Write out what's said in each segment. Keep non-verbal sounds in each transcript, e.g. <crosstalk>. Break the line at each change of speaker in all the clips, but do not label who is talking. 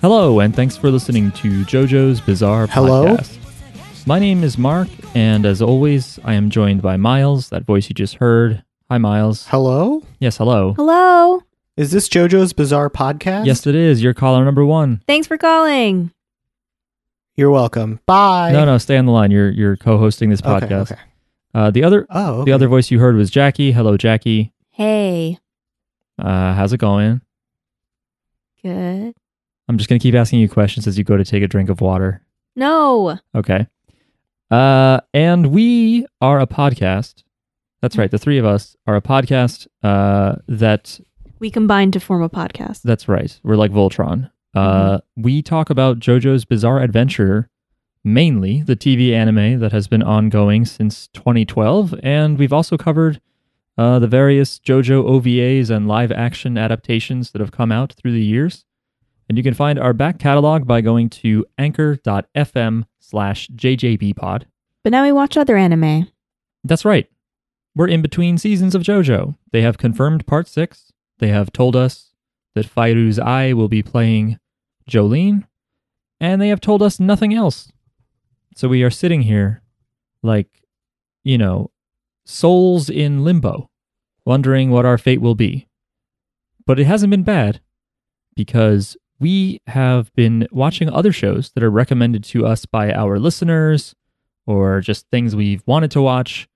Hello, and thanks for listening to JoJo's Bizarre
Hello?
Podcast. My name is Mark, and as always, I am joined by Miles, that voice you just heard. Hi, Miles.
Hello?
Yes, hello.
Hello.
Is this JoJo's Bizarre Podcast?
Yes, it is. You're caller number one.
Thanks for calling.
You're welcome. Bye.
no, no, stay on the line. You're you're co-hosting this
Okay,
podcast.
okay.
Uh, the other
Oh, okay.
the other voice you heard was Jackie. Hello, Jackie.
Hey.
Uh, how's it going?
Good.
I'm just gonna keep asking you questions as you go to take a drink of water.
No.
Okay. Uh, and we are a podcast. That's right. The three of us are a podcast. Uh, that
We combined to form a podcast.
that's right. We're like Voltron. Uh, we talk about JoJo's Bizarre Adventure, mainly the TV anime that has been ongoing since 2012, and we've also covered uh, the various JoJo OVAs and live action adaptations that have come out through the years. And you can find our back catalog by going to anchor.fm slash jjbpod.
But now we watch other anime.
That's right. We're in between seasons of JoJo. They have confirmed part six. They have told us that Fairu's Eye will be playing Jolene. And they have told us nothing else. So we are sitting here like, you know, souls in limbo, wondering what our fate will be. But it hasn't been bad because we have been watching other shows that are recommended to us by our listeners or just things we've wanted to watch,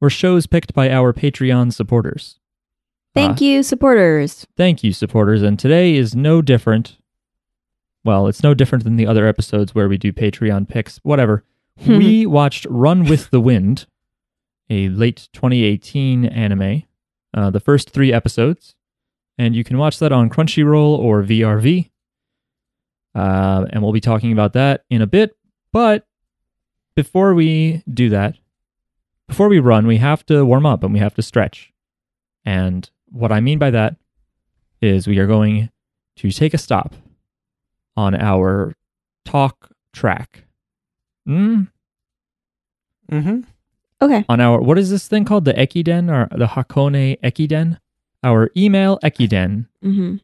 or shows picked by our Patreon supporters.
Thank
Ah.
you, supporters.
Thank you, supporters, and today is no different. Well, it's no different than the other episodes where we do Patreon picks, whatever. we watched Run with the Wind, a late 2018 anime, uh, the first three episodes, and you can watch that on Crunchyroll or VRV. Uh, and we'll be talking about that in a bit. But before we do that, before we run, we have to warm up and we have to stretch. And what I mean by that is we are going to take a stop on our talk track. Mm?
Mm-hmm.
Okay.
On our, what is this thing called? The Ekiden or the Hakone Ekiden? Our email Ekiden.
hmm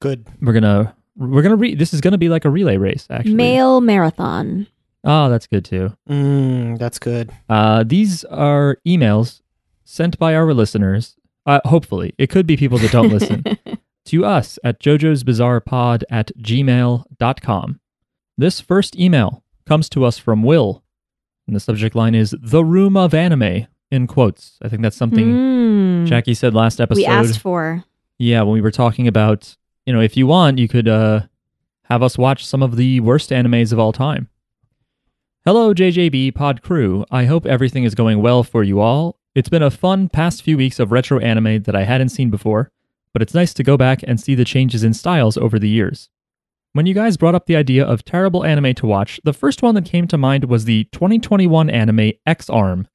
Good.
We're going to, we're going to read, this is going to be like a relay race, actually.
Male marathon.
Oh, that's good too.
Mm, that's good.
Uh, these are emails sent by our listeners. Uh, hopefully, it could be people that don't listen.
<laughs>
to us at jojo's bizarre pod at gmail.com this first email comes to us from will and the subject line is the room of anime in quotes i think that's something
Mm.
jackie said last episode
we asked for.
yeah when we were talking about you know if you want you could uh have us watch some of the worst animes of all time hello jjb pod crew i hope everything is going well for you all it's been a fun past few weeks of retro anime that i hadn't seen before but it's nice to go back and see the changes in styles over the years when you guys brought up the idea of terrible anime to watch the first one that came to mind was the 2021 anime x arm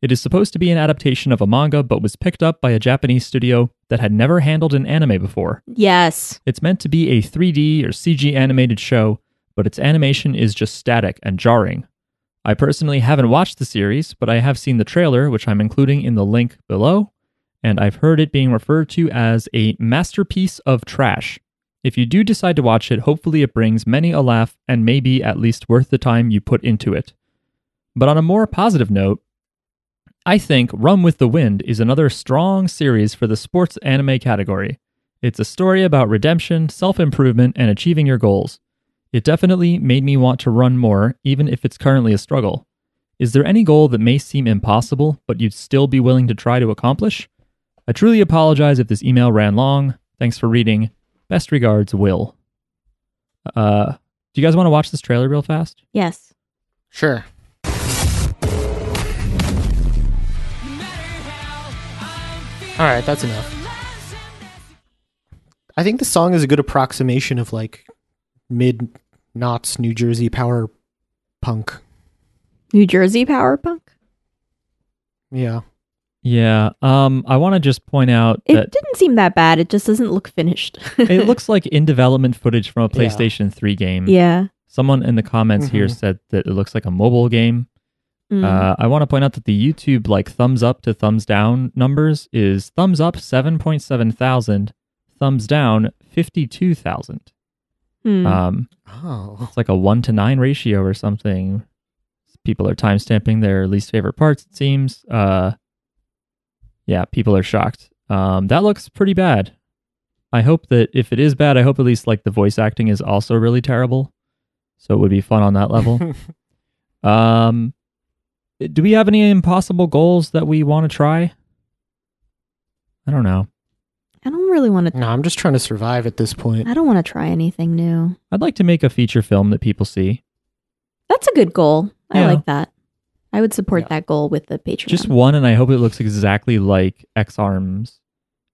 it is supposed to be an adaptation of a manga, but was picked up by a Japanese studio that had never handled an anime before.
Yes.
It's meant to be a 3D or CG animated show, but its animation is just static and jarring. I personally haven't watched the series, but I have seen the trailer, which I'm including in the link below, and I've heard it being referred to as a masterpiece of trash. If you do decide to watch it, hopefully it brings many a laugh and may be at least worth the time you put into it. But on a more positive note, I think Run with the Wind is another strong series for the sports anime category. It's a story about redemption, self improvement, and achieving your goals. It definitely made me want to run more, even if it's currently a struggle. Is there any goal that may seem impossible, but you'd still be willing to try to accomplish? I truly apologize if this email ran long. Thanks for reading. Best regards, Will. Uh, do you guys want to watch this trailer real fast?
Yes.
Sure. All right, that's enough. I think the song is a good approximation of like mid knots New Jersey power punk.
New Jersey power punk.
Yeah.
Yeah. Um, I want to just point out
It
that
didn't seem that bad. It just doesn't look finished. <laughs>
it looks like in development footage from a
Yeah.
PlayStation 3 game.
yeah.
Someone in the comments here
Mhm.
said that it looks like a mobile game.
Mm.
Uh, I want to point out that the YouTube like thumbs up to thumbs down numbers is thumbs up 7.7 thousand, thumbs down 52,000.
Hmm.
Um,
Oh.
it's like a one to nine ratio or something. People are timestamping their least favorite parts. It seems. Uh, yeah, people are shocked. Um, that looks pretty bad. I hope that if it is bad, I hope at least like the voice acting is also really terrible. So it would be fun on that level. Um, do we have any impossible goals that we want to try? I don't know.
I don't really want to.
no, I'm just trying to survive at this
mm.
point.
I don't want to try anything new.
I'd like to make a feature film that people see.
That's a good goal. I
Yeah.
like that. I would support
Yeah.
that goal with the Patreon.
Just one, and I hope it looks exactly like X Arms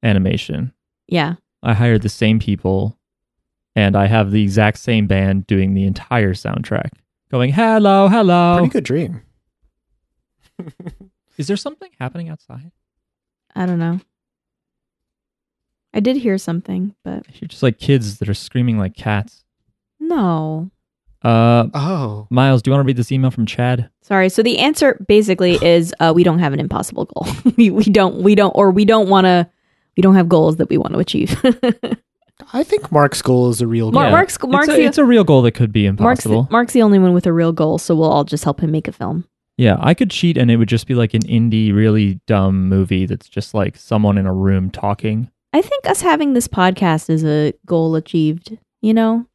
animation.
yeah.
I hired the same people, and I have the exact same band doing the entire soundtrack. Going hello, hello.
Pretty good dream. <laughs>
Is there something happening outside?
I don't know. I did hear something, but
You're just like kids that are screaming like cats.
no.
Uh,
Oh.
Miles, do you want to read this email from Chad?
Sorry. So the answer basically is uh, we don't have an impossible goal. <laughs> we, we don't. We don't. Or we don't want to. We don't have goals that we want to achieve. <laughs>
I think Mark's goal is a real goal.
Mar-
Yeah.
Mark's Mark's
it's, a,
the,
it's a real goal that could be
Mark's,
impossible.
the, Mark's the only one with a real goal, so we'll all just help him make a film.
Yeah, I could cheat and it would just be like an indie, really dumb movie that's just like someone in a room talking.
I think us having this podcast is a goal achieved. You know,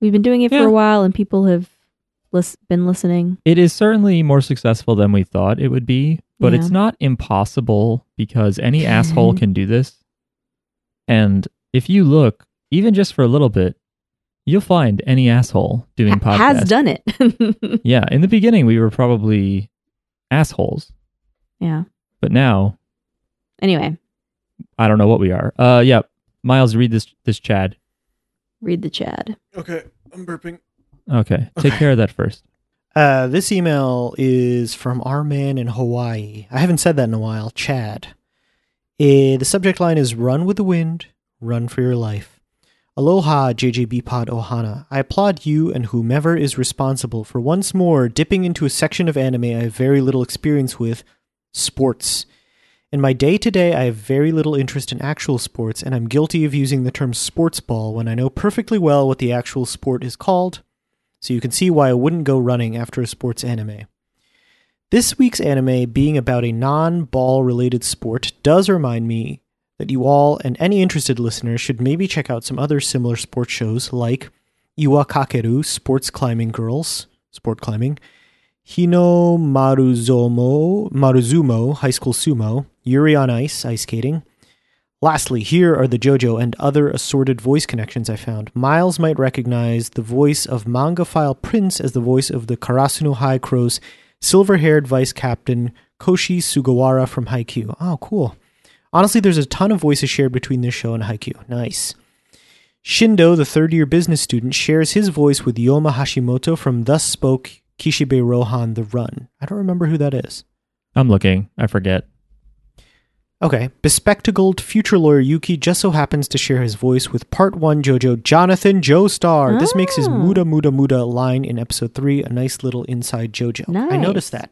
we've been doing it for
Yeah.
a while, and people have lis- been listening.
It is certainly more successful than we thought it would be, but
Yeah.
it's not impossible because any asshole can do this. And if you look, even just for a little bit, you'll find any asshole doing
Ha-
podcasts.
has done it. <laughs>
Yeah, in the beginning we were probably assholes,
yeah.
but now
Anyway,
I don't know what we are. Uh yeah, Miles read this this Chad.
read the Chad.
Okay, I'm burping.
Okay, take
Okay.
care of that first.
Uh, this email is from our man in Hawaii. I haven't said that in a while. Chad. Eh, the subject line is Run with the Wind, Run for Your Life. Aloha, JJB Pod Ohana. I applaud you and whomever is responsible for once more dipping into a section of anime I have very little experience with sports. In my day to day, I have very little interest in actual sports, and I'm guilty of using the term sports ball when I know perfectly well what the actual sport is called so you can see why I wouldn't go running after a sports anime. This week's anime, being about a non ball related sport, does remind me that you all and any interested listener should maybe check out some other similar sports shows like Iwa Kakeru, Sports Climbing Girls, Sport Climbing, Hino Maruzomo, Maruzumo, High School Sumo, Yuri on Ice, Ice Skating, Lastly, here are the JoJo and other assorted voice connections I found. Miles might recognize the voice of Mangaphile Prince as the voice of the Karasuno High Crow's silver haired vice captain Koshi Sugawara from Haikyuu. Oh, cool. Honestly, there's a ton of voices shared between this show and Haikyuu. Nice. Shindo, the third year business student, shares his voice with Yoma Hashimoto from Thus Spoke Kishibe Rohan The Run. I don't remember who that is.
I'm looking. I forget.
Okay. Bespectacled future lawyer Yuki just so happens to share his voice with part one JoJo Jonathan Joestar. This makes his
Ah.
Muda Muda Muda line in episode three a nice little inside JoJo. I
Nice.
noticed that.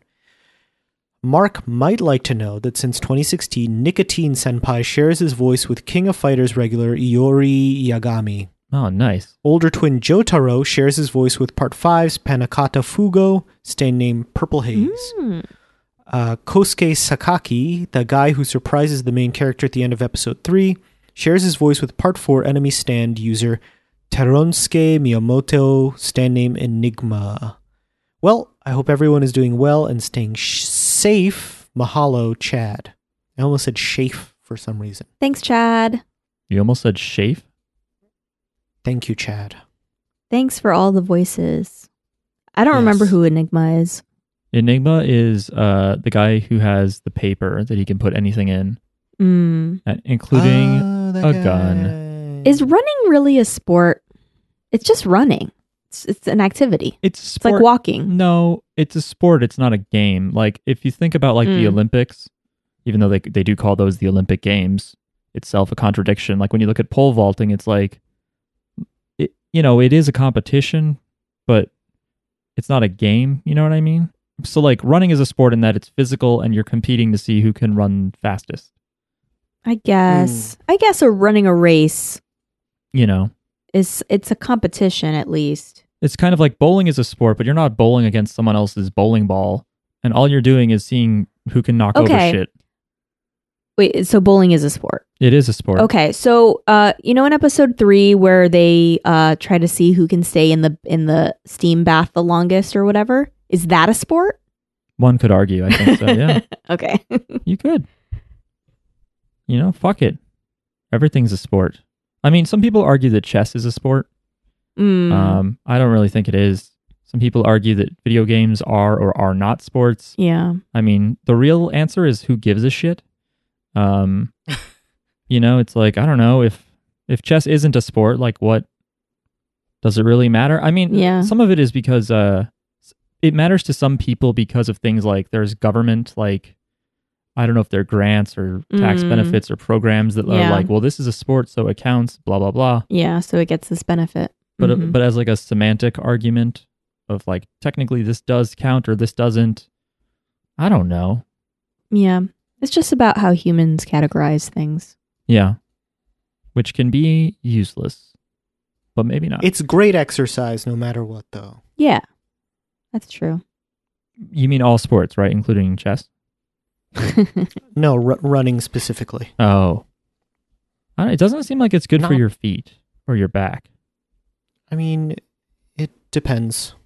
Mark might like to know that since 2016, Nicotine Senpai shares his voice with King of Fighters regular Iori Yagami.
Oh, nice.
Older twin Jotaro shares his voice with Part 5's Panakata Fugo, stain name Purple Haze
Mm.
uh, Kosuke Sakaki, the guy who surprises the main character at the end of episode 3, shares his voice with Part 4 enemy stand user Teronsuke Miyamoto, stand name Enigma. Well, I hope everyone is doing well and staying sh- safe. Mahalo, Chad. I almost said safe for some reason.
Thanks, Chad.
You almost said shafe.
Thank you, Chad.
Thanks for all the voices. I don't
Yes.
remember who Enigma is.
Enigma is uh, the guy who has the paper that he can put anything in,
Mm.
uh, including
Oh, that
a
guy.
gun.
Is running really a sport? It's just running. It's, it's an activity.
it's a
It's like
sport.
walking.
no, it's a sport. It's not a game. Like if you think about like the
Mm.
Olympics, even though they they do call those the Olympic Games, itself a contradiction. Like when you look at pole vaulting, it's like, it, you know, it is a competition, but it's not a game. You know what I mean? So like running is a sport in that it's physical and you're competing to see who can run fastest. Mm.
I guess. I guess a running a race
You know.
it's it's a competition at least.
It's kind of like bowling is a sport, but you're not bowling against someone else's bowling ball, and all you're doing is seeing who can knock
Okay.
over shit.
Wait, so bowling is a sport.
It is a sport.
Okay, so uh, you know in episode three where they uh try to see who can stay in the in the steam bath the longest or whatever, is that a sport?
One could argue. I think so. Uh,
<laughs>
Yeah,
okay.
you could. You know, fuck it. Everything's a sport. I mean, some people argue that chess is a sport.
Mm.
Um, I don't really think it is. Some people argue that video games are or are not sports.
yeah.
I mean, the real answer is who gives a shit.
<laughs>
Um, you know, it's like I don't know if if chess isn't a sport, like what does it really matter? I mean,
Yeah.
some of it is because uh, s- it matters to some people because of things like there's government, like I don't know if they're grants or tax
Mm.
benefits or programs that
Yeah.
are like, well, this is a sport, so it counts, blah blah blah.
Yeah, so it gets this benefit.
But uh,
Mhm.
but as like a semantic argument of like technically this does count or this doesn't. I don't know.
yeah, it's just about how humans categorize things.
Yeah. Which can be useless, but maybe not.
It's great exercise no matter what, though.
Yeah, that's true.
you mean all sports, right? Including chess?
No, r- running specifically.
Oh. I don't, it doesn't seem like it's good for
No.
your feet or your back.
I mean, it depends.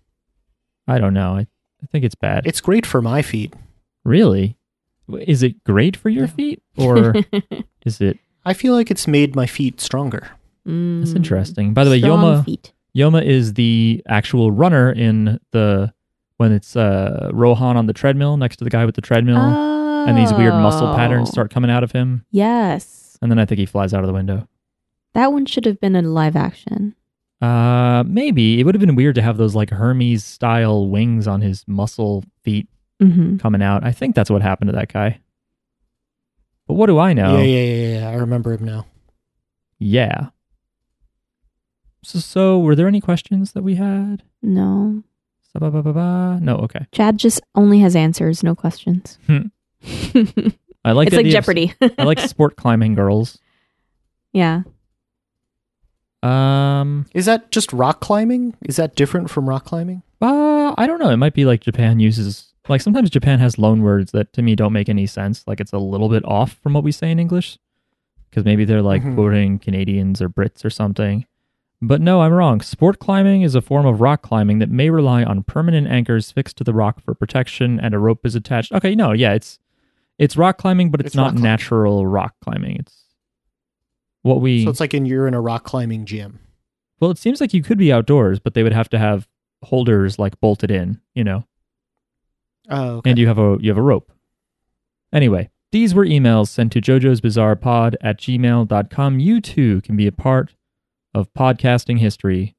I don't know. I, I think it's bad.
It's great for my feet.
really? W- Is it great for your
No.
feet <laughs> or is it?
I feel like it's made my feet stronger.
That's
<laughs> Mm.
interesting. By the way,
Strong
Yoma
feet.
Yoma is the actual runner in the when it's uh Rohan on the treadmill next to the guy with the treadmill and these weird muscle patterns
Oh.
start coming out of him
Yes,
and then I think he flies out of the window.
that one should have been in live action.
Uh, maybe it would have been weird to have those like Hermes style wings on his muscle feet
Mm-hmm.
coming out. I think that's what happened to that guy. But what do I know?
Yeah, yeah, yeah, yeah, yeah. I remember him now.
Yeah. So, so were there any questions that we had?
No,
Sa-ba-ba-ba-ba. No, okay.
Chad just only has answers, no questions. <laughs>
Hmm.
it's
I like the
like
idea of-
Jeopardy.
I like sport climbing girls.
<laughs> yeah.
Um,
Is that just rock climbing? Is that different from rock climbing?
uh, I don't know. It might be like Japan uses like sometimes Japan has loan words that to me don't make any sense. Like it's a little bit off from what we say in English because maybe they're like
Mhm.
quoting Canadians or Brits or something. But no, I'm wrong. Sport climbing is a form of rock climbing that may rely on permanent anchors fixed to the rock for protection and a rope is attached. Okay, no, yeah, it's it's rock climbing, but it's,
It's rock
not
climbing.
natural rock climbing. It's what we
So it's like in you're in a rock climbing gym.
well, it seems like you could be outdoors, but they would have to have holders like bolted in, you know,
Oh, okay.
and you have a you have a rope. Anyway, these were emails sent to Jojo's Bizarre Pod at gmail.com. You too can be a part of podcasting history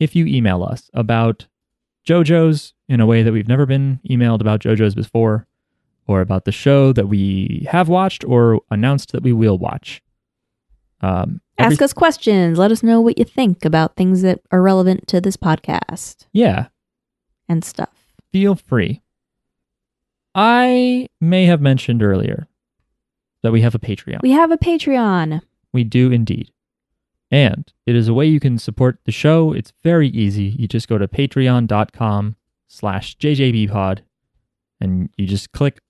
if you email us about JoJo's in a way that we've never been emailed about JoJo's before, or about the show that we have watched or announced that we will watch. Um, every-
Ask us questions. Let us know what you think about things that are relevant to this podcast
yeah.
and stuff.
feel free. I may have mentioned earlier that we have a Patreon.
We have a Patreon.
We do indeed. And it is a way you can support the show. It's very easy. You just go to patreon.com slash jjbpod and you just click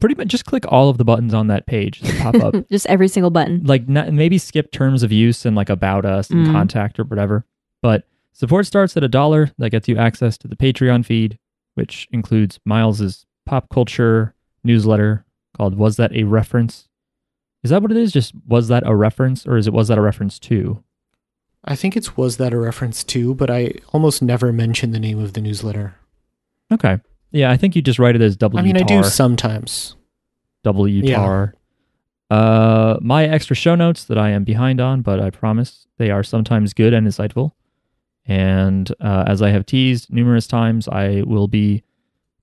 pretty much just click all of the buttons on that page that pop
<laughs>
up.
Just every single button.
like not, maybe skip terms of use and like about us and
Mm.
contact or whatever. But support starts at a dollar. That gets you access to the Patreon feed, which includes Miles's pop culture newsletter called "Was That a Reference?" Is that what it is? Just was that a reference, or is it was that a reference to?
I think it's was that a reference to, but I almost never mention the name of the newsletter.
Okay, yeah, I think you just write it as W.
I mean, I do sometimes.
W
Yeah.
tar. Uh, my extra show notes that I am behind on, but I promise they are sometimes good and insightful. And uh, as I have teased numerous times, I will be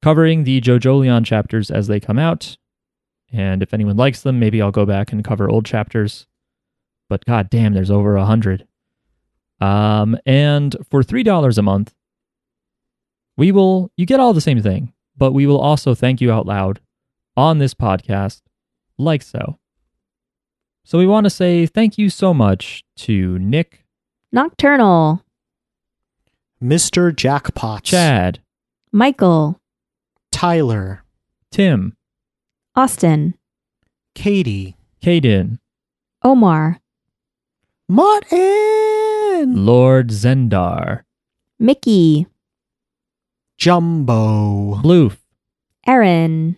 covering the JoJo Leon chapters as they come out. And if anyone likes them, maybe I'll go back and cover old chapters. But god damn, there's over a hundred. Um, and for three dollars a month, we will you get all the same thing, but we will also thank you out loud on this podcast, like so. So we want to say thank you so much to Nick,
Nocturnal.
Mr. Jackpot.
Chad,
Michael.
Tyler.
Tim,
Austin.
Katie.
Caden,
Omar.
Martin.
Lord Zendar,
Mickey.
Jumbo.
Bloof,
Aaron.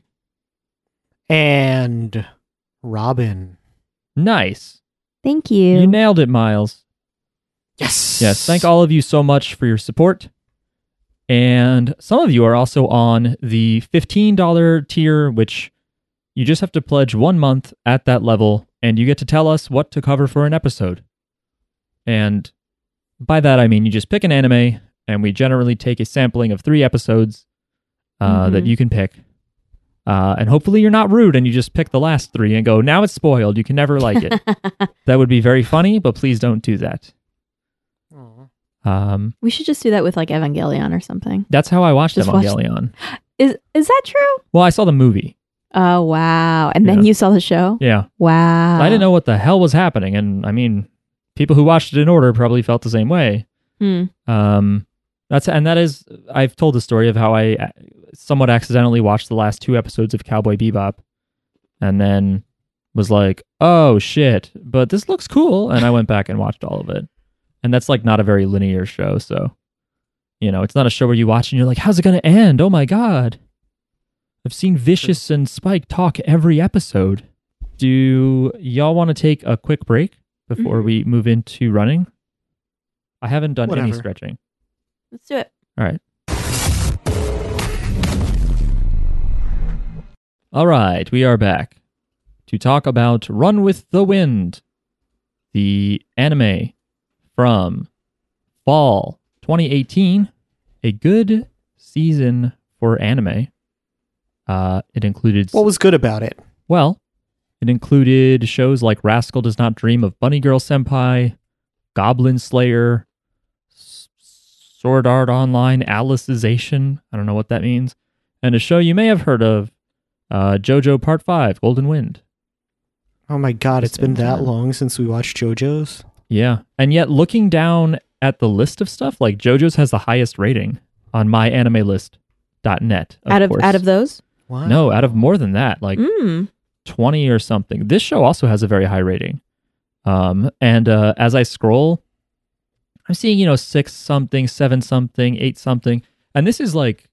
And Robin.
Nice.
Thank you.
You nailed it, Miles.
Yes.
Yes, thank all of you so much for your support. And some of you are also on the $15 tier, which you just have to pledge one month at that level, and you get to tell us what to cover for an episode. And by that, I mean you just pick an anime, and we generally take a sampling of three episodes uh, that
Mhm.
you can pick. Uh, and hopefully, you're not rude and you just pick the last three and go, now it's spoiled. You can never like it. that would be very funny, but please don't do that.
Aw.
Um,
we should just do that with like Evangelion or something.
that's how I watched
Just watch-
Evangelion.
Is is that true?
Well, I saw the movie.
Oh wow. And
Yeah.
then you saw the show?
Yeah.
Wow.
I didn't know what the hell was happening. And I mean, people who watched it in order probably felt the same way.
Hmm.
Um, that's and that is I've told the story of how I uh, somewhat accidentally watched the last two episodes of Cowboy Bebop, and then was like, "Oh shit!" But this looks cool, and I went back and watched all of it. And that's like not a very linear show, so you know it's not a show where you watch and you're like, "How's it gonna end?" Oh my god! I've seen Vicious and Spike talk every episode. Do y'all want to take a quick break before
Mhm.
we move into running? I haven't done any
Whatever.
stretching.
Let's do it.
All right. All right, we are back to talk about Run with the Wind, the anime from fall 2018, a good season for anime. Uh, it included
What was good about it?
well, it included shows like Rascal Does Not Dream of Bunny Girl Senpai, Goblin Slayer, S- Sword Art Online, Alicization. I don't know what that means. And a show you may have heard of, uh, JoJo Part 5, Golden Wind.
Oh my god,
Just
it's been
in
that
time.
long since we watched JoJo's.
Yeah. And yet, looking down at the list of stuff, like JoJo's has the highest rating on myanimelist.net. Of
out of
course.
out of those?
What?
No, out of more than that. Like,
Mm.
20 or something. This show also has a very high rating. Um, and uh, as I scroll, I'm seeing, you know, six something, seven something, eight something. And this is like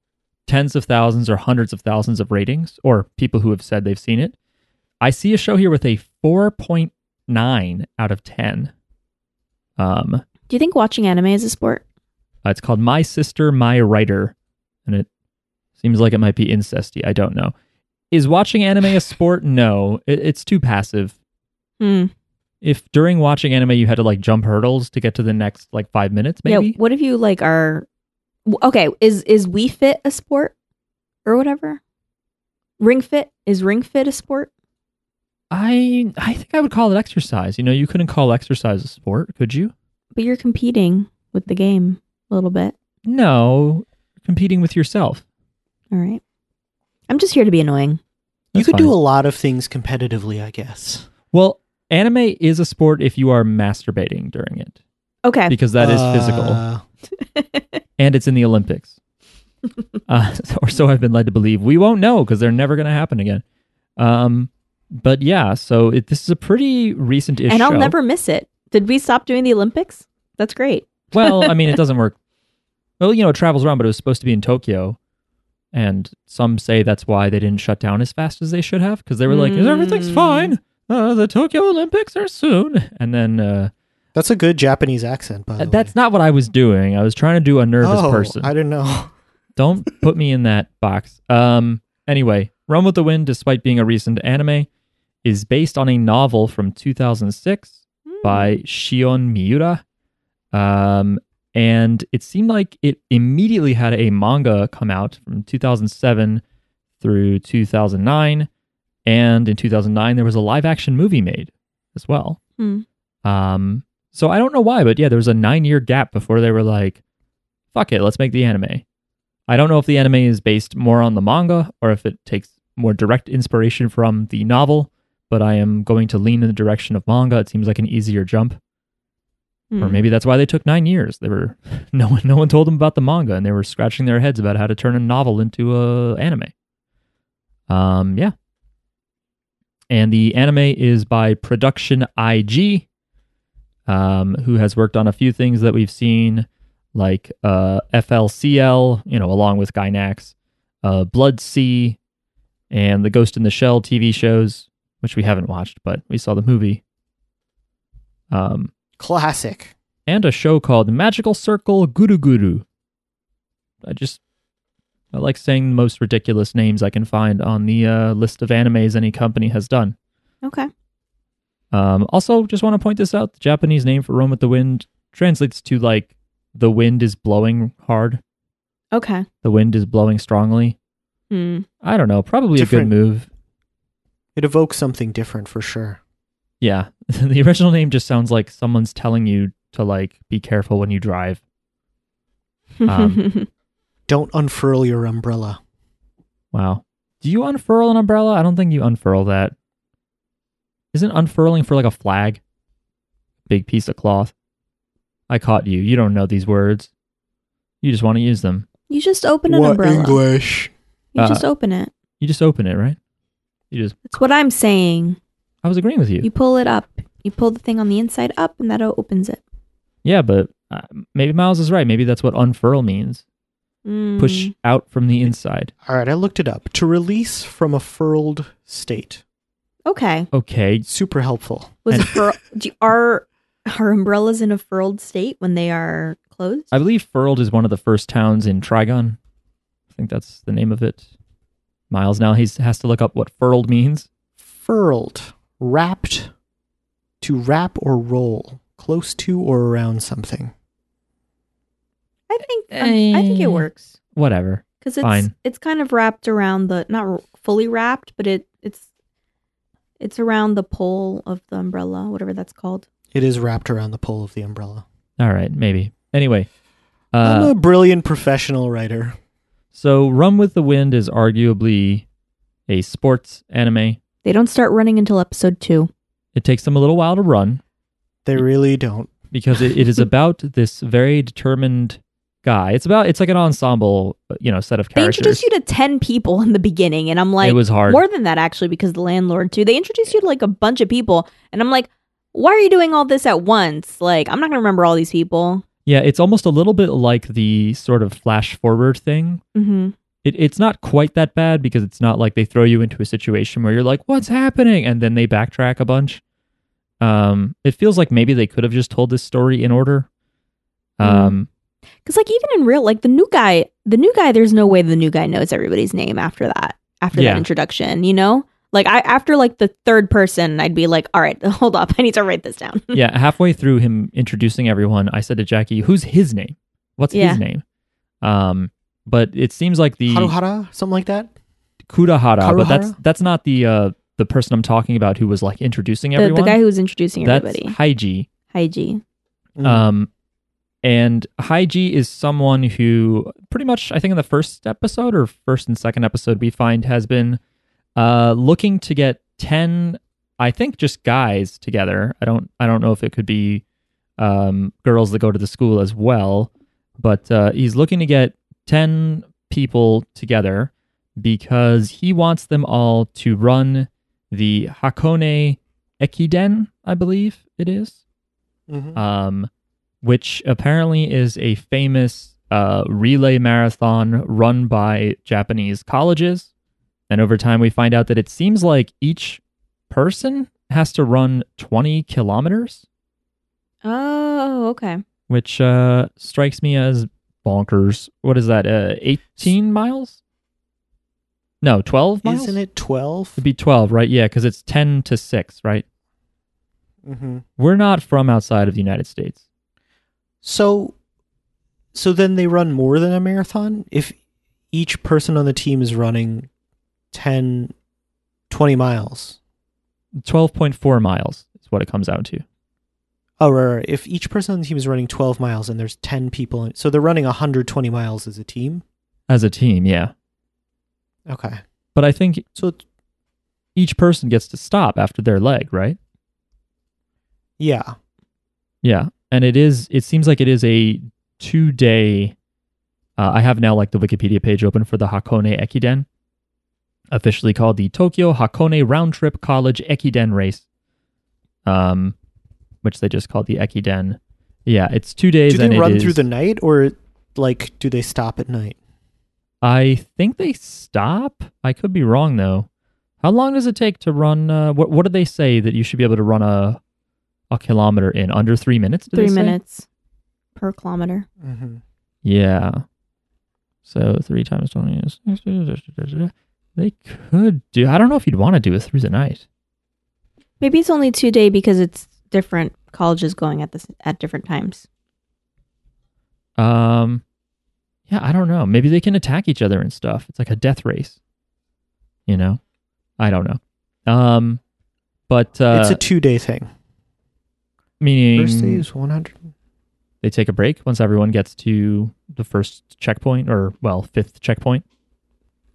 tens of thousands or hundreds of thousands of ratings or people who have said they've seen it. I see a show here with a 4.9 out of 10. Um, uh,
Do you think watching anime is a sport?
it's called My Sister, My Writer. And it seems like it might be incesty. I don't know. Is watching anime a sport? No, it, it's too passive
Hmm.
if during watching anime you had to like jump hurdles to get to the next like five minutes, maybe.
Yeah, what if you like are w- okay, is is We Fit a sport or whatever? Ring Fit is Ring Fit a sport?
I I think I would call it exercise. You know, you couldn't call exercise a sport, could you?
But you're competing with the game a little bit.
No, competing with yourself.
All right. I'm just here to be annoying.
You
That's
could do
fine.
a lot of things competitively, I guess.
Well, anime is a sport if you are masturbating during it
Okay.
because that is physical
Uh,
and it's in the
<laughs>
Olympics. uh, <laughs> or so I've been led to believe. We won't know because they're never going to happen again. Um, but yeah, so it, this is a pretty recent issue.
and I'll never miss it. Did we stop doing the Olympics? That's great.
Well, I <laughs> mean, it doesn't work. Well, you know, it travels around, but it was supposed to be in Tokyo. And some say that's why they didn't shut down as fast as they should have because they were like, everything's
Mm.
fine. Uh, the Tokyo Olympics are soon. And then uh,
that's a good Japanese accent, by the
that's
way.
not what I was doing. I was trying to do a nervous
oh,
person.
I don't know. <laughs>
Don't put me in that box. Um. Anyway, Run with the Wind, despite being a recent anime, is based on a novel from 2006 by Shion Miura. Um, and it seemed like it immediately had a manga come out from 2007 through 2009. And in 2009, there was a live action movie made as well.
Hmm.
Um, so I don't know why, but yeah, there was a nine year gap before they were like, fuck it, let's make the anime. I don't know if the anime is based more on the manga or if it takes more direct inspiration from the novel, but I am going to lean in the direction of manga. It seems like an easier jump.
Hmm.
Or maybe that's why they took nine years. They were <laughs> no one no one told them about the manga, and they were scratching their heads about how to turn a novel into a anime. Um, yeah. And the anime is by Production IG, um, who has worked on a few things that we've seen, like uh, FLCL, you know, along with Gynax, uh, Blood Sea, and the Ghost in the Shell TV shows, which we haven't watched, but we saw the movie. Um,
Classic.
and a show called Magical Circle Guru Guru. I just I like saying the most ridiculous names I can find on the uh, list of animes any company has done.
Okay.
Um, also, just want to point this out: the Japanese name for "Roam with the Wind" translates to like "the wind is blowing hard,"
Okay.
"the wind is blowing strongly."
Hmm.
I don't know, probably
Different-
a good move.
It evokes something different for sure.
Yeah, <laughs> the original name just sounds like someone's telling you to like be careful when you drive. Um,
Don't unfurl your umbrella.
Wow. Do you unfurl an umbrella? I don't think you unfurl that. Isn't unfurling for like a flag? Big piece of cloth. I caught you. You don't know these words. You just want to use them.
<laughs> you just open an umbrella.
English?
You
Uh,
just open it.
You just open it, right? You just
That's what I'm saying.
I was agreeing with you.
You pull it up. You pull the thing on the inside up, and that o- opens it.
yeah, but uh, maybe Miles is right. Maybe that's what unfurl means.
Mm.
Push out from the inside.
All right, I looked it up. To release from a furled state.
Okay.
Okay.
Super helpful.
Was
And-
it fur-
<laughs>
do, are are umbrellas in a furled state when they are closed?
I believe Furled is one of the first towns in Trigon. I think that's the name of it. Miles now he's has to look up what furled means.
Furled. Wrapped. To wrap or roll. Close to or around something.
I think um, I think
Eh.
it works
Whatever.
because it's
Fine.
it's kind of wrapped around the not r- fully wrapped, but it it's it's around the pole of the umbrella, whatever that's called.
It is wrapped around the pole of the umbrella.
All right, maybe. Anyway,
I'm
uh,
a brilliant professional writer.
so Run with the Wind is arguably a sports anime.
They don't start running until episode two.
It takes them a little while to run
They really don't.
because it,
<laughs>
it is about this very determined guy. It's about it's like an ensemble, uh, you know, set of
They
characters.
introduce you to ten people in the beginning, and I'm like,
it was hard.
more than that actually, because the landlord too. They introduce you to like a bunch of people, and I'm like, why are you doing all this at once? Like, I'm not gonna remember all these people.
yeah, it's almost a little bit like the sort of flash forward thing.
Mm-hmm.
It, it's not quite that bad because it's not like they throw you into a situation where you're like, "What's happening?" and then they backtrack a bunch. Um, it feels like maybe they could have just told this story in order.
Mm-hmm.
Um,
<laughs> Because like even in real, like the new guy, the new guy, there's no way the new guy knows everybody's name after that. After
Yeah.
that introduction, you know, like I after like the third person, I'd be like, all right, <laughs> hold up, I need to write this down. <laughs>
yeah, halfway through him introducing everyone, I said to Jackie, "Who's his name? What's
Yeah.
his name?" Um, but it seems like the
Haruhara? Something like that?
Kudahara, but that's
Karuhara?
that's not the uh the person I'm talking about who was like introducing
The, the
everyone.
guy who was introducing
that's
everybody,
Haiji.
Haiji.
Mm.
Um, and Haiji is someone who pretty much I think in the first episode or first and second episode we find has been uh looking to get 10 I think just guys together. I don't I don't know if it could be um girls that go to the school as well, but uh he's looking to get 10 people together because he wants them all to run the Hakone Ekiden, I believe it is
Mhm.
um, which apparently is a famous uh, relay marathon run by Japanese colleges. And over time, we find out that it seems like each person has to run 20 kilometers,
Oh, okay.
which uh, strikes me as bonkers. What is that? Uh, 18 miles? No, 12 miles?
Isn't it 12?
It'd be 12, right? Yeah, because it's 10 to 6, right?
hmm
We're not from outside of the United States.
So, so then they run more than a marathon if each person on the team is running 10, 20 miles.
12.4 miles is what it comes out to.
Oh, right, right. If each person on the team is running 12 miles and there's 10 people, in, so they're running 120 miles as a team.
As a team, yeah.
Okay.
But I think
So, it's-
each person gets to stop after their leg, right?
yeah.
Yeah. and it is it seems like it is a two day uh, i have now like the wikipedia page open for the hakone ekiden officially called the tokyo hakone round trip college ekiden race um which they just called the ekiden yeah it's two days
Do they
and it
run through
is-
the night or like do they stop at night?
i think they stop i could be wrong though how long does it take to run uh, what what do they say that you should be able to run a a kilometer in under three minutes do they
Three
say?
minutes per kilometer.
Mm-hmm.
Yeah. So three times 20 is. They could do. I don't know if you'd want to do it through the night.
Maybe it's only two day because it's different colleges going at this at different times.
Um, yeah, I don't know. Maybe they can attack each other and stuff. It's like a death race. You know, I don't know. Um, but uh,
it's a two day thing.
meaning
First day is 100.
they take a break once everyone gets to the first checkpoint or well fifth checkpoint.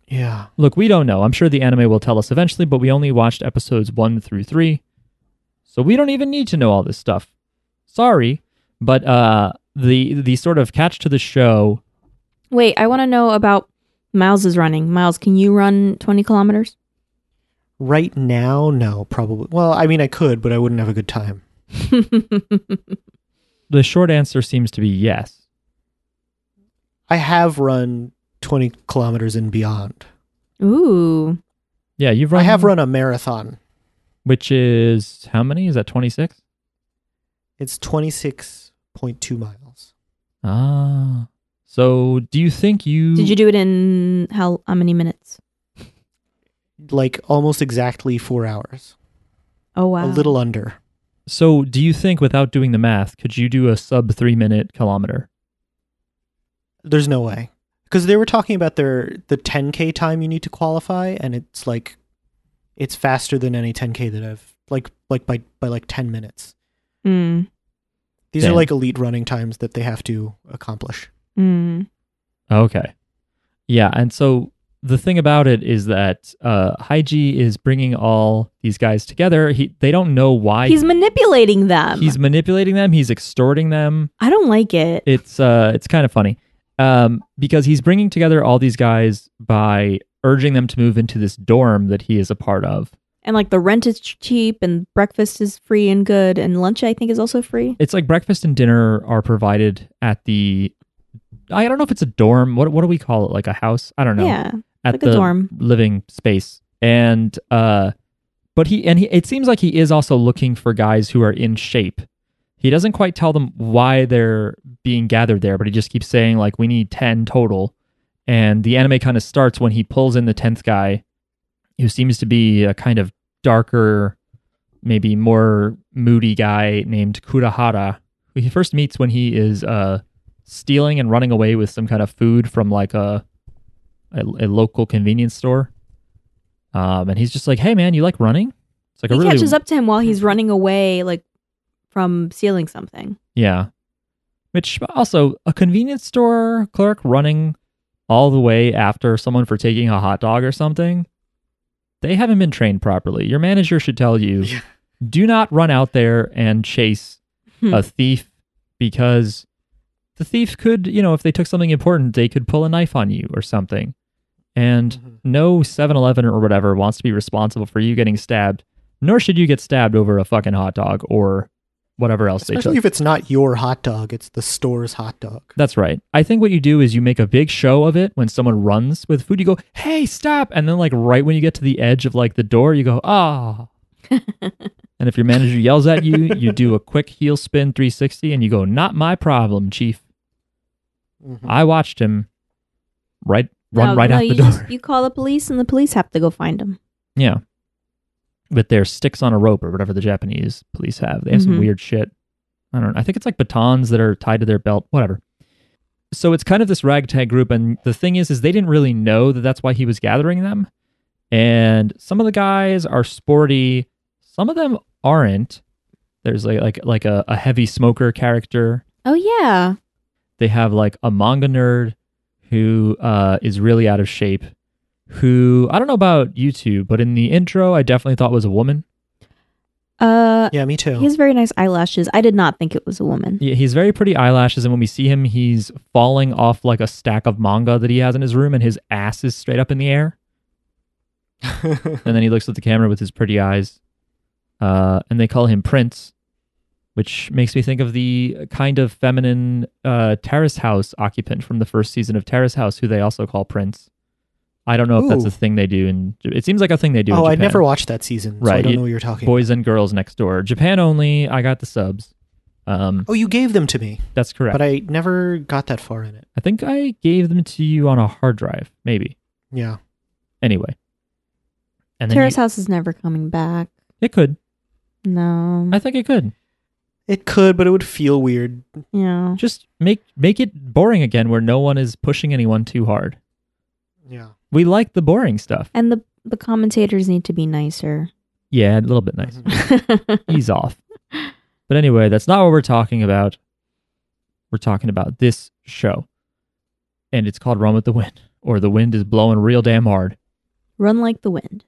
Yeah.
Look, we don't know. I'm sure the anime will tell us eventually, but we only watched episodes one through three. So we don't even need to know all this stuff. Sorry. But uh the the sort of catch to the show,
Wait, I want to know about Miles is running. Miles, can you run 20 kilometers? <laughs>
Right now, no, probably. Well, I mean, I could, but I wouldn't have a good time.
the short answer seems to be yes.
I have run 20 kilometers and beyond.
Ooh.
Yeah, you've run
I have run a marathon.
which is how many? Is that twenty six?
It's 26.2 miles.
Ah. So do you think you
Did you do it in how how many minutes?
Like almost exactly four hours.
Oh wow.
A little under.
so do you think without doing the math, could you do a sub three minute kilometer?
There's no way. Because they were talking about their the 10K time you need to qualify, and it's like, it's faster than any 10K that I've, like, like by, by like 10 minutes.
Mm,
These
Damn.
are like elite running times that they have to accomplish.
mm.
Okay. Yeah, and so the thing about it is that uh Haiji is bringing all these guys together. He they don't know why
He's manipulating them.
he's manipulating them, he's extorting them.
I don't like it.
It's uh it's kind of funny. Um because he's bringing together all these guys by urging them to move into this dorm that he is a part of.
And like the rent is ch- cheap and breakfast is free and good and lunch I think is also free.
It's like breakfast and dinner are provided at the I don't know if it's a dorm. What what do we call it? Like a house? I don't know.
Yeah.
at
Like a
the
dorm.
living space and uh but he and he it seems like he is also looking for guys who are in shape he doesn't quite tell them why they're being gathered there but he just keeps saying like we need 10 total and the anime kind of starts when he pulls in the 10th guy who seems to be a kind of darker maybe more moody guy named kurahara who he first meets when he is uh stealing and running away with some kind of food from like a a, a local convenience store. Um, and he's just like, "Hey, man, you like running?" It's like
he
a really
catches up to him while he's running away like from stealing something.
yeah. Which also a convenience store clerk running all the way after someone for taking a hot dog or something. They haven't been trained properly. Your manager should tell you,
Yeah.
do not run out there and chase
Hmm.
a thief because the thief could, you know, if they took something important, they could pull a knife on you or something. And
Mhm.
no 7 Eleven or whatever wants to be responsible for you getting stabbed, nor should you get stabbed over a fucking hot dog or whatever else they took.
Especially if it's not your hot dog, it's the store's hot dog.
That's right. I think what you do is you make a big show of it when someone runs with food. You go, "Hey, stop!" And then, like right when you get to the edge of like the door, you go,
<laughs>
"Ah!" and if your manager yells at you, you do a quick heel spin 360, and you go, "Not my problem, chief."
Mhm.
I watched him right run
No,
right
Mm. Oh, no,
out the
you
door.
just- you call the police and the police have to go find him.
Yeah. With their sticks on a rope or whatever the Japanese police have. They have some
Mhm.
weird shit. I don't know. I think it's like batons that are tied to their belt, whatever. So it's kind of this ragtag group and the thing is is they didn't really know that that's why he was gathering them. And some of the guys are sporty, some of them aren't. There's like like like a, a heavy smoker character
Oh yeah.
they have like a manga nerd who uh, is really out of shape who i don't know about you two but in the intro i definitely thought was a woman
Uh,
Yeah, me
he
too.
has very nice eyelashes. I did not think it was a woman.
Yeah, he's very pretty eyelashes, and when we see him, he's falling off like a stack of manga that he has in his room, and his ass is straight up in the
<laughs>
air. And then he looks at the camera with his pretty eyes, uh, and they call him Prince, which makes me think of the kind of feminine uh, terrace house occupant from the first season of Terrace House, who they also call Prince. I don't know if that's
Ooh.
a thing they do, and it seems like a thing they do.
oh,
in
I
Japan.
never watched that season, so I
Right,
don't
you-
know what you're talking.
Boys and girls next door, Japan only. I got the subs. Um,
about. Oh, you gave them to me,
that's correct.
but I never got that far in it.
I think I gave them to you on a hard drive, maybe.
Yeah.
Anyway, and then
Terrace
you-
House is never coming back.
it could.
No.
I think it could.
It could, but it would feel weird.
yeah.
Just make make it boring again, where no one is pushing anyone too hard.
Yeah.
We like the boring stuff.
And the the commentators need to be nicer. <laughs>
Yeah, a little bit nice.
Mhm.
Ease off. But anyway, that's not what we're talking about. We're talking about this show, and it's called Run with the Wind, or the wind is blowing real damn hard.
Run like the wind.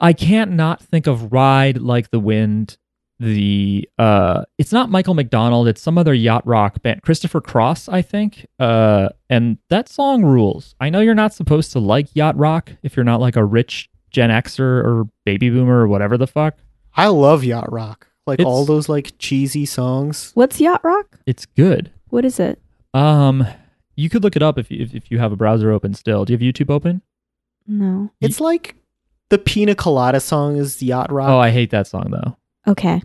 I can't not think of Ride Like the Wind. The uh, it's not Michael McDonald. It's some other yacht rock band, Christopher Cross, I think. Uh, and that song rules. I know you're not supposed to like yacht rock if you're not like a rich Gen Xer or baby boomer or whatever the fuck.
I love yacht rock. Like
It's-
all those like cheesy songs.
What's yacht rock?
It's good.
What is it?
Um, you could look it up if you, if, if you have a browser open still. Do you have YouTube open?
No.
Ye-
It's like the Pina Colada song is yacht rock.
Oh, I hate that song though.
Okay.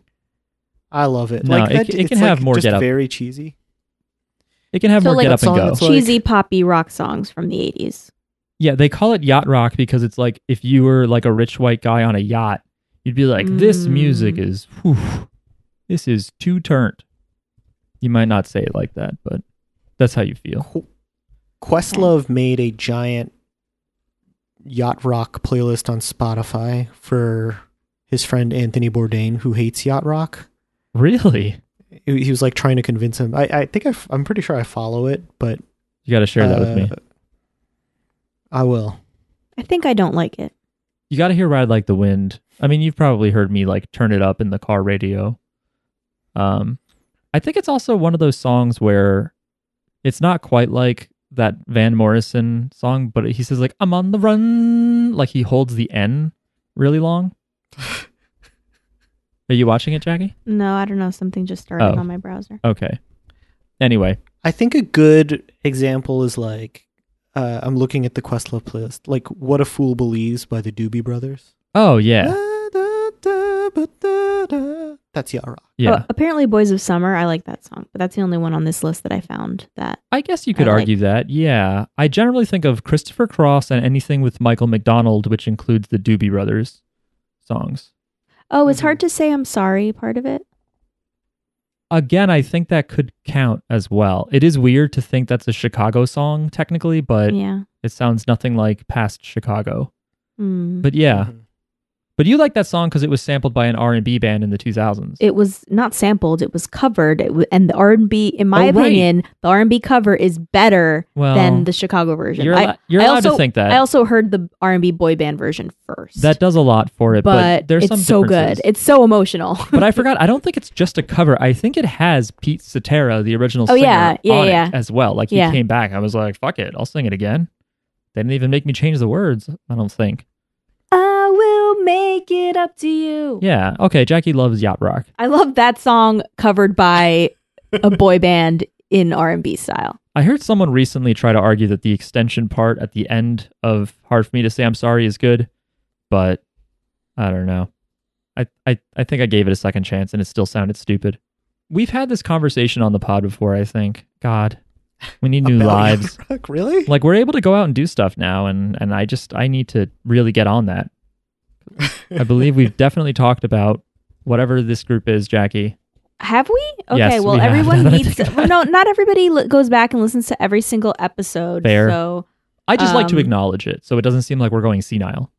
I love it.
No,
like
it
that,
c- it
it's
can
like
have more
just
get up.
Very cheesy.
It can have
So,
more
like,
get
that
up and
song
go.
that's like-
Cheesy poppy rock songs from the 80s.
Yeah, they call it yacht rock because it's like if you were like a rich white guy on a yacht, you'd be like, this
Mm.
music is, whew, this is too turned. You might not say it like that, but that's how you feel.
Qu- Questlove made a giant yacht rock playlist on Spotify for his friend Anthony Bourdain, who hates yacht rock.
Really?
He he was like trying to convince him. I, I think I, am pretty sure I follow it, but
You got to share that with me.
uh, I will.
I think I don't like it.
You got to hear Ride Like the Wind. I mean, you've probably heard me like turn it up in the car radio. Um, I think it's also one of those songs where it's not quite like that Van Morrison song, but he says like "I'm on the run," like he holds the N really long. Are you watching it, Jackie?
No, I don't know. Something just started
Oh.
on my browser.
Okay. Anyway,
I think a good example is like uh, I'm looking at the Questlove playlist, like "What a Fool Believes" by the Doobie Brothers.
oh yeah,
Da, da, da, ba, da, da. That's yacht rock.
yeah.
Oh, apparently, Boys of Summer. I like that song, but that's the only one on this list that I found that.
I guess you could
I like-
argue that. Yeah. I generally think of Christopher Cross and anything with Michael McDonald, which includes the Doobie Brothers songs.
Oh, it's
Mhm.
hard to say I'm sorry part of it.
Again, I think that could count as well. It is weird to think that's a Chicago song, technically, but
yeah.
it sounds nothing like past Chicago.
Mm.
But yeah.
Mm-hmm.
But you like that song because it was sampled by an R and B band in the two thousands.
it was not sampled it was covered it was, and the r&b in my
Oh, right.
opinion the r&b cover is better
Well,
than the chicago version
you're,
I,
allo- you're
I
allowed
also,
to think that.
i also heard the r&b boy band version first
that does a lot for it,
but,
but, there's
it's
some
so good
differences.
it's so emotional <laughs>
but I forgot. I don't think it's just a cover. I think it has Pete Cetera, the original
Oh,
singer,
yeah, yeah,
on it
yeah.
as well. Like he
Yeah.
came back. I was like, "Fuck it, I'll sing it again." They didn't even make me change the words. I don't think.
i will make it up to you
Yeah. Okay. Jackie loves yacht rock.
i love that song covered by a boy band in r&b style
I heard someone recently try to argue that the extension part at the end of "Hard for Me to Say I'm Sorry" is good, but I don't know. I, I I think I gave it a second chance, and it still sounded stupid. We've had this conversation on the pod before. I think. God, we
<laughs>
need new
About yacht
lives.
rock? Really?
like we're able to go out and do stuff now and and i just i need to really get on
<laughs>
that i believe we've definitely talked about whatever this group is jackie
have we okay
Yes,
well
we have.
everyone
Now <laughs> that I
needs
think
to, well, no not everybody li- goes back and listens to every single episode
Fair.
so <laughs>
i just like to
Um,
acknowledge it so it doesn't seem like we're going senile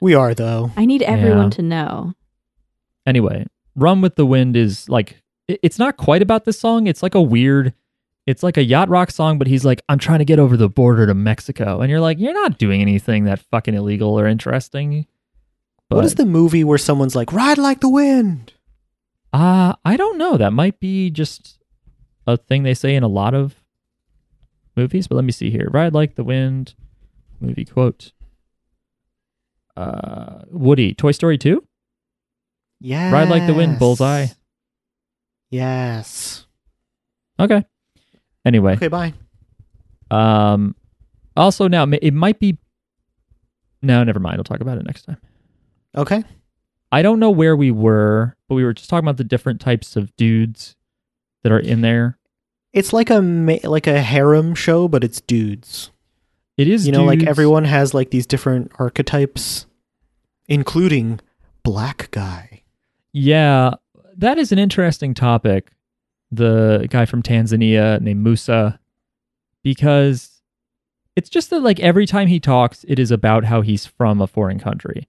we are though.
I need everyone
Yeah.
to know.
anyway run with the wind is like it- it's not quite about this song it's like a weird it's like a yacht rock song but he's like i'm trying to get over the border to mexico and you're like you're not doing anything that fucking illegal or interesting But
what is the movie where someone's like, ride like the wind?
uh, I don't know. That might be just a thing they say in a lot of movies. But let me see here. Ride like the wind. Movie quote. Uh, Woody, Toy Story two.
Yeah.
like the wind, bullseye.
Yes.
Okay. Anyway,
Okay, bye.
um, also now ma- it might be. No, never mind. I'll talk about it next time.
Okay.
I don't know where we were, but we were just talking about the different types of dudes that are in there.
It's like a ma- like a harem show, but it's dudes.
It is
You know, like
dudes-
everyone has like these different archetypes, including black guy.
Yeah, that is an interesting topic. The guy from Tanzania named Musa, because it's just that like every time he talks, it is about how he's from a foreign country,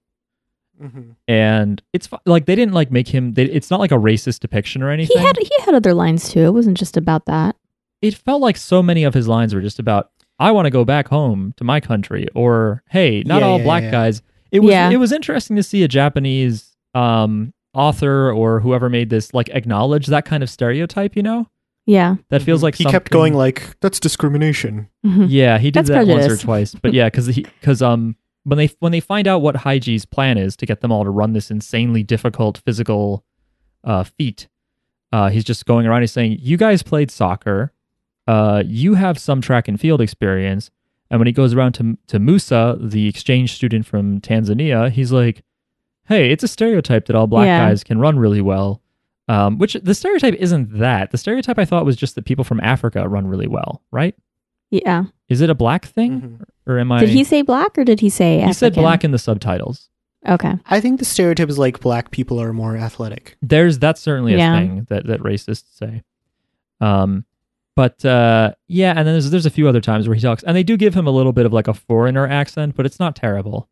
and it's fu- like they didn't like make him. They, it's not like a racist depiction or anything.
He had he had other lines too. It wasn't just about that.
it felt like so many of his lines were just about I want to go back home to my country or hey, not
Yeah,
all
yeah,
black
yeah.
guys. It was
Yeah.
it was interesting to see a Japanese um author or whoever made this like acknowledge that kind of stereotype, you know?
Yeah.
That feels like
Mm-hmm. he kept
something-
going like that's discrimination.
Mhm.
Yeah, he did
That's
that once
prejudice.
or twice.
<laughs>
But yeah, cuz cuz um when they when they find out what Hygie's plan is to get them all to run this insanely difficult physical uh feat, uh he's just going around he's saying, "You guys played soccer." uh, you have some track and field experience. And when he goes around to, to Musa, the exchange student from Tanzania, he's like, hey, it's a stereotype that all black
Yeah.
guys can run really well. Um, which the stereotype isn't that. The stereotype I thought was just that people from Africa run really well, right?
Yeah.
Is it a black thing?
Mhm.
Or am I.
Did he say black or did he say?
He said
African?
black in the subtitles.
Okay.
I think the stereotype is like black people are more athletic.
There's that's certainly a
Yeah.
thing that, that racists say. Um but uh yeah, and then there's there's a few other times where he talks and they do give him a little bit of like a foreigner accent, but it's not terrible.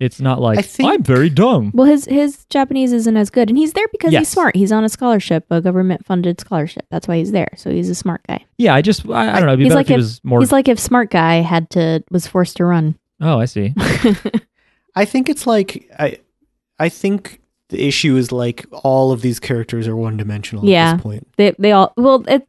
It's not
I
like
think-
I'm very dumb.
Well, his his Japanese isn't as good, and he's there because
Yes.
he's smart. He's on a scholarship, a government funded scholarship. That's why he's there. So he's a smart guy.
Yeah, I just I, I don't know, it'd be
He's
better
like
if he
a-
was more
He's like if smart guy had to was forced to run.
Oh, I see.
I think it's like I I think the issue is like all of these characters are one dimensional at
Yeah.
this point.
they they all well it,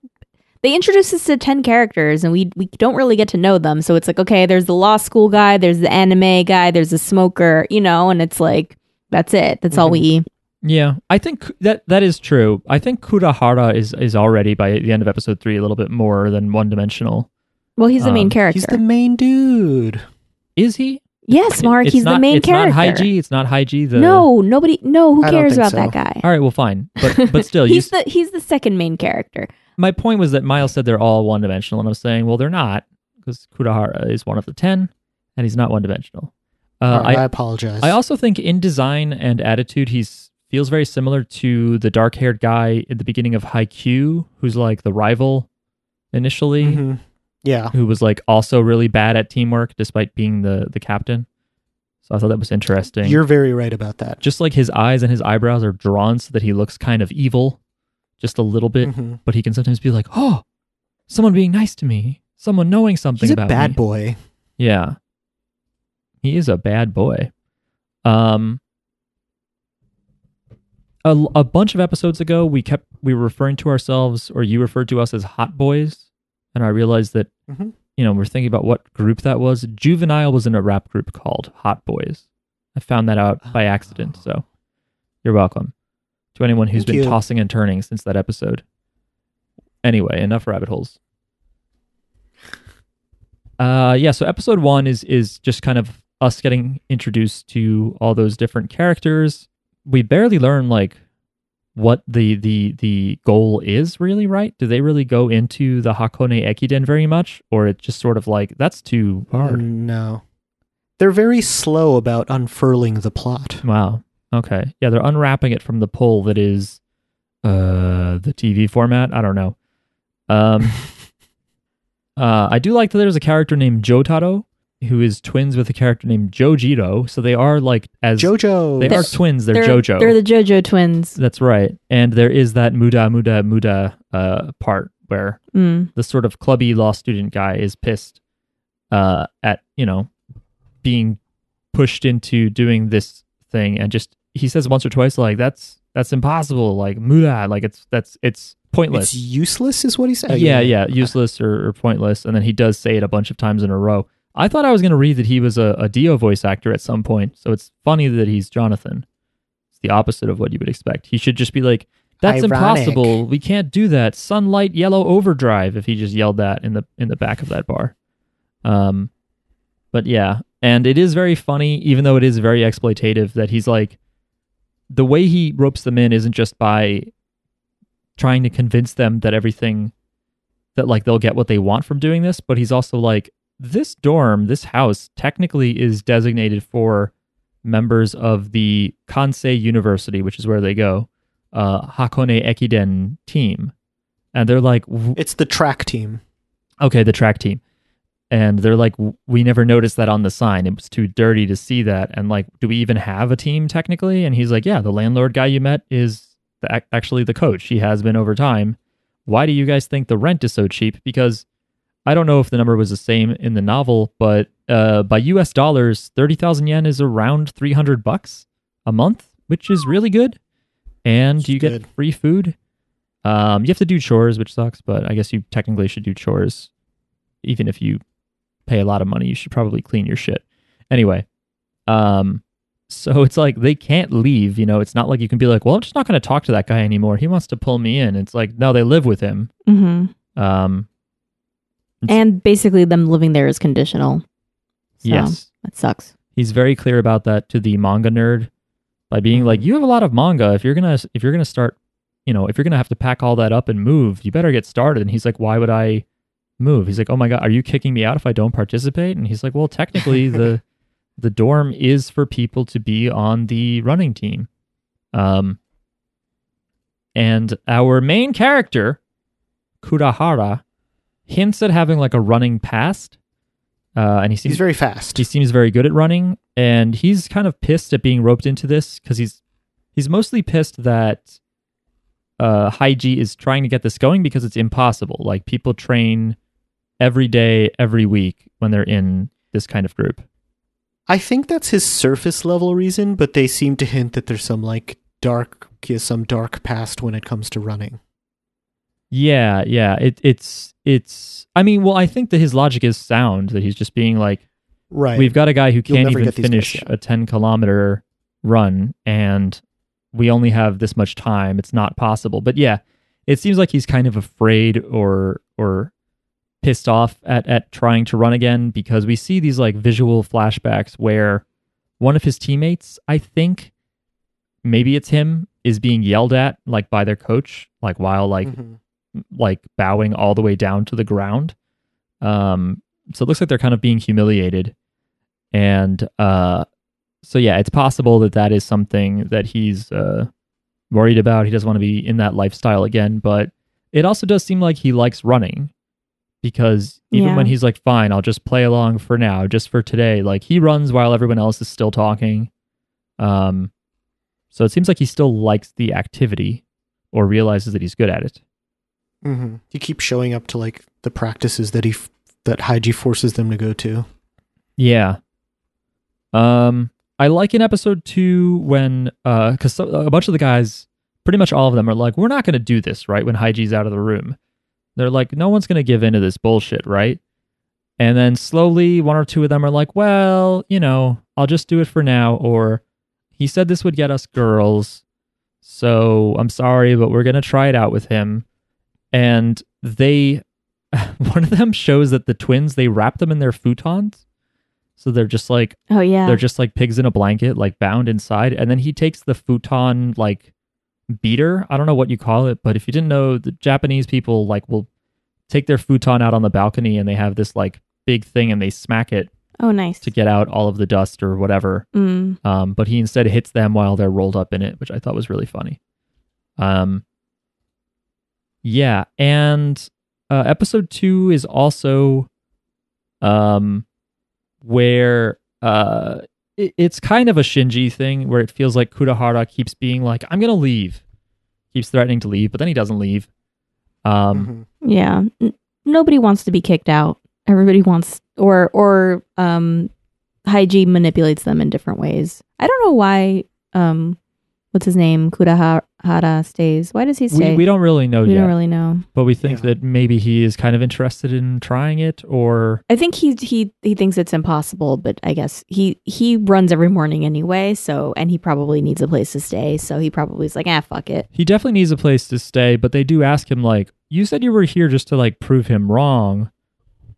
they introduce us to 10 characters and we we don't really get to know them so it's like okay there's the law school guy there's the anime guy there's the smoker you know and it's like that's it that's
Mm-hmm.
all we
Yeah, I think that that is true. I think Kudahara is is already by the end of episode 3 a little bit more than one dimensional.
well he's the
Um,
main character
He's the main dude.
Is he?
yes mark
It's
he's
not-
the main
it's
character
Not Hygie, it's not Hygie the
no nobody no who
I don't
cares
think
about that guy
All right, well fine. But
<laughs>
but still you
he's the he's the second main character
my point was that Miles said they're all one dimensional, and I'm saying, well, they're not, because Kudahara is one of the ten, and he's not one dimensional. Uh,
Alright, I, apologize.
I, I also think in design and attitude, he's feels very similar to the dark haired guy at the beginning of Haikyuu, who's like the rival initially,
Mhm. Yeah.
who was like also really bad at teamwork despite being the the captain. So I thought that was interesting.
You're very right about that.
just like his eyes and his eyebrows are drawn so that he looks kind of evil, just a little bit
Mhm.
but he can sometimes be like, "Oh, someone being nice to me, someone knowing something
He's a
about
bad
me."
boy.
Yeah, he is a bad boy. Um, a, a bunch of episodes ago, we kept we were referring to ourselves, or you referred to us as hot boys, and I realized that
Mhm.
you know we're thinking about what group that was. Juvenile was in a rap group called Hot Boys. I found that out by accident, so you're welcome to anyone who's
Oh. Thank
been
you.
tossing and turning since that episode. Anyway, enough rabbit holes. Uh, yeah. So episode one is is just kind of us getting introduced to all those different characters. We barely learn like what the the the goal is really. Right? Do they really go into the Hakone Ekiden very much, or it's just sort of like that's too
Mm.
hard?
No. They're very slow about unfurling the plot.
Wow. Okay. Yeah, they're unwrapping it from the pull that is uh the TV format. I don't know. Um uh I do like that there's a character named Jotaro who is twins with a character named Jojiro, so they are like as
Jojo.
they are twins, they're, Jojo.
they're the jojo twins
That's right. And there is that Muda Muda Muda uh part where
mm.
the sort of clubby law student guy is pissed uh, at you know being pushed into doing this thing and just he says once or twice like that's that's impossible like muda like it's that's it's pointless
It's useless, is what he said.
yeah, yeah, useless or, or pointless. And then he does say it a bunch of times in a row. I thought I was going to read that he was a, a Dio voice actor at some point. So it's funny that he's Jonathan. It's the opposite of what you would expect. He should just be like, "That's
Ironic.
impossible. We can't do that." Sunlight, yellow overdrive. If he just yelled that in the in the back of that bar, um, but yeah, and it is very funny, even though it is very exploitative. That he's like, the way he ropes them in isn't just by trying to convince them that everything that like they'll get what they want from doing this, but he's also like this dorm, this house technically is designated for members of the Kansei University, which is where they go, uh, Hakone Ekiden team. And they're like, "W-
It's the track team.
okay, the track team. And they're like, "W- we never noticed that on the sign. It was too dirty to see that. And like, do we even have a team technically? And he's like, yeah, the landlord guy you met is the, ac- actually the coach. He has been over time. Why do you guys think the rent is so cheap? Because I don't know if the number was the same in the novel, but uh, by US dollars, 30,000 yen is around 300 bucks a month, which is really good. And
It's
you get
good.
free food. Um, you have to do chores, which sucks, but I guess you technically should do chores. Even if you pay a lot of money, you should probably clean your shit. Anyway, um, so <laughs> it's like they can't leave. You know, it's not like you can be like, well, I'm just not going to talk to that guy anymore. He wants to pull me in. It's like, no, they live with him.
Mm-hmm.
Um,
And basically, them living there is conditional. So,
Yes.
That sucks.
He's very clear about that to the manga nerd by being like, you have a lot of manga. If you're going to, if you're going to start, you know, if you're going to have to pack all that up and move, you better get started. And he's like, why would I move? He's like, oh my God, are you kicking me out if I don't participate? And he's like, well, technically the, the dorm is for people to be on the running team. Um, and our main character, Kurahara, hints at having like a running past. Uh, and he seems
He's very fast.
he seems very good at running, and he's kind of pissed at being roped into this because he's he's mostly pissed that uh, Haiji is trying to get this going because it's impossible. Like people train every day, every week when they're in this kind of group.
I think that's his surface level reason, but they seem to hint that there's some like dark, he has some dark past when it comes to running.
Yeah, yeah. It, it's it's. I mean, well, I think that his logic is sound. That he's just being like,
Right.
We've got a guy who can't
never
even
get these guys,
finish
yeah.
a 10 kilometer run, and we only have this much time. It's not possible. But yeah, it seems like he's kind of afraid or or pissed off at at trying to run again because we see these like visual flashbacks where one of his teammates, I think, maybe it's him, is being yelled at like by their coach, like while like
Mhm.
like bowing all the way down to the ground. Um, so it looks like they're kind of being humiliated, and uh, so yeah, it's possible that that is something that he's uh, worried about. He doesn't want to be in that lifestyle again, but it also does seem like he likes running because even
Yeah.
when he's like, "Fine, I'll just play along for now, just for today," like he runs while everyone else is still talking. Um, so it seems like he still likes the activity or realizes that he's good at it.
Mhm. You keep showing up to like the practices that he f- that Haiji forces them to go to.
Yeah. Um, I like in episode two when uh, because so, a bunch of the guys, pretty much all of them, are like, "We're not going to do this," right? When Hygie's out of the room, they're like, "No one's going to give in to this bullshit," right? And then slowly, one or two of them are like, "Well, you know, I'll just do it for now," or "He said this would get us girls, so I'm sorry, but we're going to try it out with him." And they, <laughs> one of them shows that the twins they wrap them in their futons. So they're just like
Oh, yeah.
they're just like pigs in a blanket, like bound inside. And then he takes the futon like beater. I don't know what you call it, but if you didn't know, the Japanese people like will take their futon out on the balcony and they have this like big thing and they smack it
oh, nice.
to get out all of the dust or whatever.
Mm.
Um, but he instead hits them while they're rolled up in it, which I thought was really funny. Um, yeah, and uh, episode two is also, um, where uh, it, it's kind of a Shinji thing where it feels like Kudahara keeps being like, "I'm gonna leave," keeps threatening to leave, but then he doesn't leave. Um,
Mhm.
Yeah. N- nobody wants to be kicked out. Everybody wants, or, or, um, Haiji manipulates them in different ways. I don't know why. Um, what's his name? Kudahara stays. Why does he stay?
We, we don't really know
Mm-hmm. We
yet,
don't really know.
but we think
Yeah.
that maybe he is kind of interested in trying it, or
I think he he he thinks it's impossible, but I guess he he runs every morning anyway. So and he probably needs a place to stay. So he probably is like, ah, fuck it.
he definitely needs a place to stay. But they do ask him, like, you said you were here just to like prove him wrong,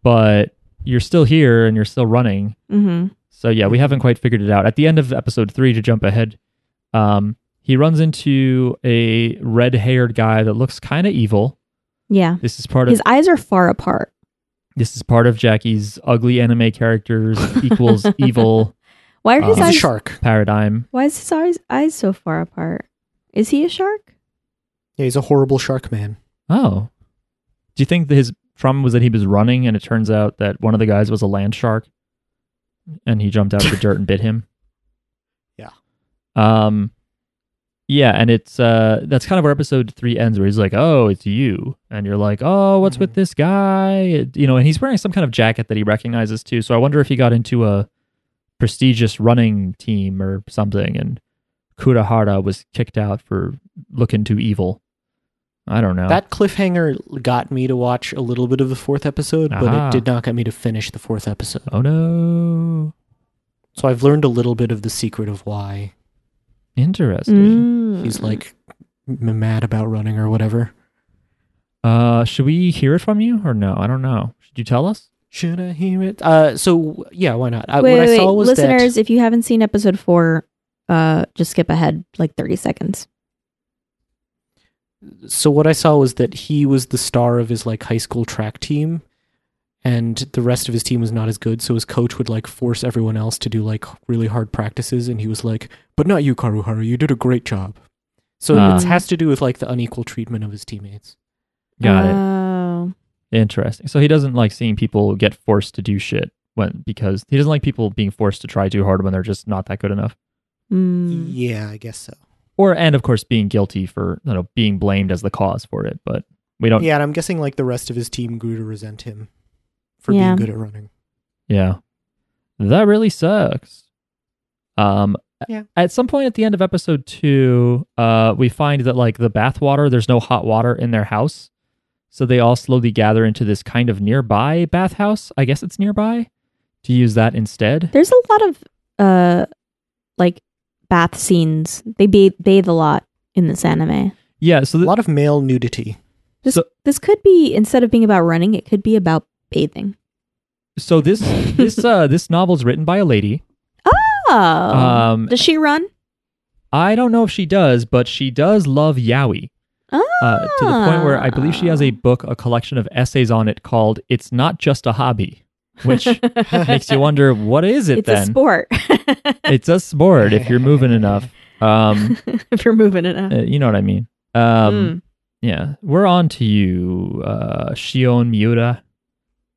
but you're still here and you're still running.
Mm-hmm.
So yeah, we haven't quite figured it out. At the end of episode three, to jump ahead, um, he runs into a red-haired guy that looks kind of evil.
Yeah,
This is part of
his eyes are far apart.
this is part of Jackie's ugly anime characters equals evil
Why are his
Uh,
He's a
eyes?
shark.
paradigm.
Why is his eyes eyes so far apart? Is he a shark?
Yeah, he's a horrible shark man.
Oh, do you think that his problem was that he was running and it turns out that one of the guys was a land shark, and he jumped out of the dirt and bit him?
Yeah.
Um. Yeah, and it's uh that's kind of where episode three ends, where he's like, "Oh, it's you," and you're like, "Oh, what's with
Mhm.
this guy?" It- you know, and he's wearing some kind of jacket that he recognizes too. So I wonder if he got into a prestigious running team or something, and Kudahara was kicked out for looking too evil. I don't know.
That cliffhanger got me to watch a little bit of the fourth episode, but
Aha.
it did not get me to finish the fourth episode.
oh no,
So I've learned a little bit of the secret of why
interesting.
Mm-hmm. Mm.
he's like m- mad about running or whatever.
Uh, should we hear it from you or no? I don't know. Should you tell us?
Should I hear it? Uh, so yeah, why not? I,
wait,
what
wait,
I saw
wait.
was
listeners, if you haven't seen episode four, uh, just skip ahead like thirty seconds.
that. So what I saw was that he was the star of his like high school track team, and the rest of his team was not as good. So his coach would like force everyone else to do like really hard practices, and he was like, "But not you, Karuharu. You did a great job." So
Ah.
it has to do with like the unequal treatment of his teammates.
Got it.
oh.
Interesting. So he doesn't like seeing people get forced to do shit when because he doesn't like people being forced to try too hard when they're just not that good enough.
Mm.
Yeah, I guess so.
Or and of course being guilty for you know being blamed as the cause for it. But we don't. Yeah.
Yeah, and I'm guessing like the rest of his team grew to resent him for
Yeah.
being good at running.
That really sucks. Um.
Yeah.
At some point at the end of episode two, uh, we find that like the bathwater, there's no hot water in their house, so they all slowly gather into this kind of nearby bathhouse. I guess it's nearby. To use that instead.
There's a lot of uh, like bath scenes. They bathe, bathe a lot in this anime.
Yeah. So
A
th-
lot of male nudity.
This
So-
this could be instead of being about running, it could be about bathing.
so this this uh this novel's written by a lady.
Oh,
Um,
does she run?
I don't know if she does, but she does love yaoi.
Oh,
Uh, to the point where I believe she has a book, a collection of essays on it called "It's Not Just a Hobby,"
<laughs>
which makes you wonder what is it
it's
then?
a sport. <laughs>
It's a sport if you're moving enough. Um,
if you're moving it Hmm. up.
uh, you know what I mean. Um, Yeah, we're on to you, uh, Shion Miura.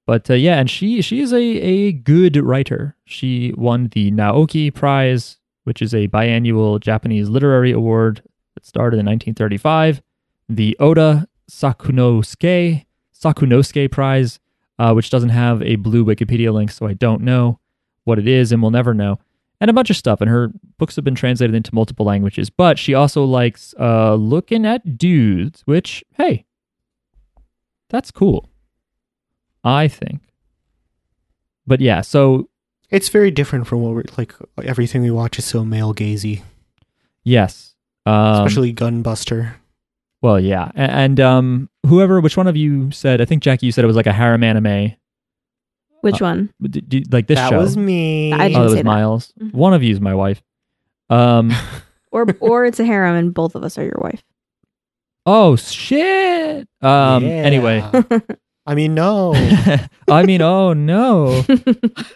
But uh, yeah, and she she is a a good writer. She won the Naoki Prize, which is a biannual Japanese literary award that started in 1935. The Oda Sakunosuke Sakunosuke Prize, uh, which doesn't have a blue Wikipedia link, so I don't know what it is, and we'll never know. And a bunch of stuff. And her books have been translated into multiple languages. But she also likes uh, looking at dudes, which hey, that's cool. I think. But yeah, so
It's very different from what we're like. Everything we watch is so male gazy,
yes, um,
especially Gunbuster.
Well, yeah, A- and, um, whoever, which one of you said? I think Jackie, you said it was like a harem anime,
Which one?
But d- d- like this
that
show.
was me.
I
oh, that
didn't
was
say that.
Miles.
Mhm.
One of you is my wife. Um. <laughs>
Or or it's a harem and both of us are your wife.
oh shit. Um.
Yeah.
Anyway.
I
<laughs>
mean, no.
I mean, oh
<laughs>
no.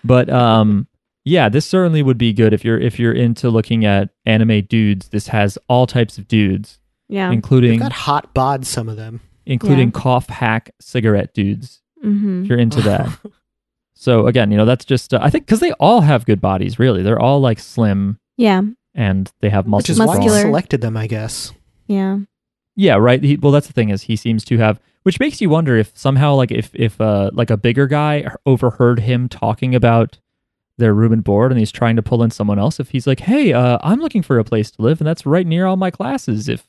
but um yeah this certainly would be good if you're if you're into looking at anime dudes this has all types of dudes
yeah.
They've
including
got hot bods. Some of them.
including cough hack cigarette dudes
Mm-hmm.
if you're
<laughs>
into that so again you know that's just uh, i think because they all have good bodies really they're all like slim
Yeah.
and they have
Which
muscles
is
drawn.
why he
Muscular.
selected them, I guess.
Yeah.
yeah right he, well that's the thing is he seems to have which makes you wonder if somehow like if if uh like a bigger guy overheard him talking about their room and board and he's trying to pull in someone else if he's like hey uh, i'm looking for a place to live and that's right near all my classes if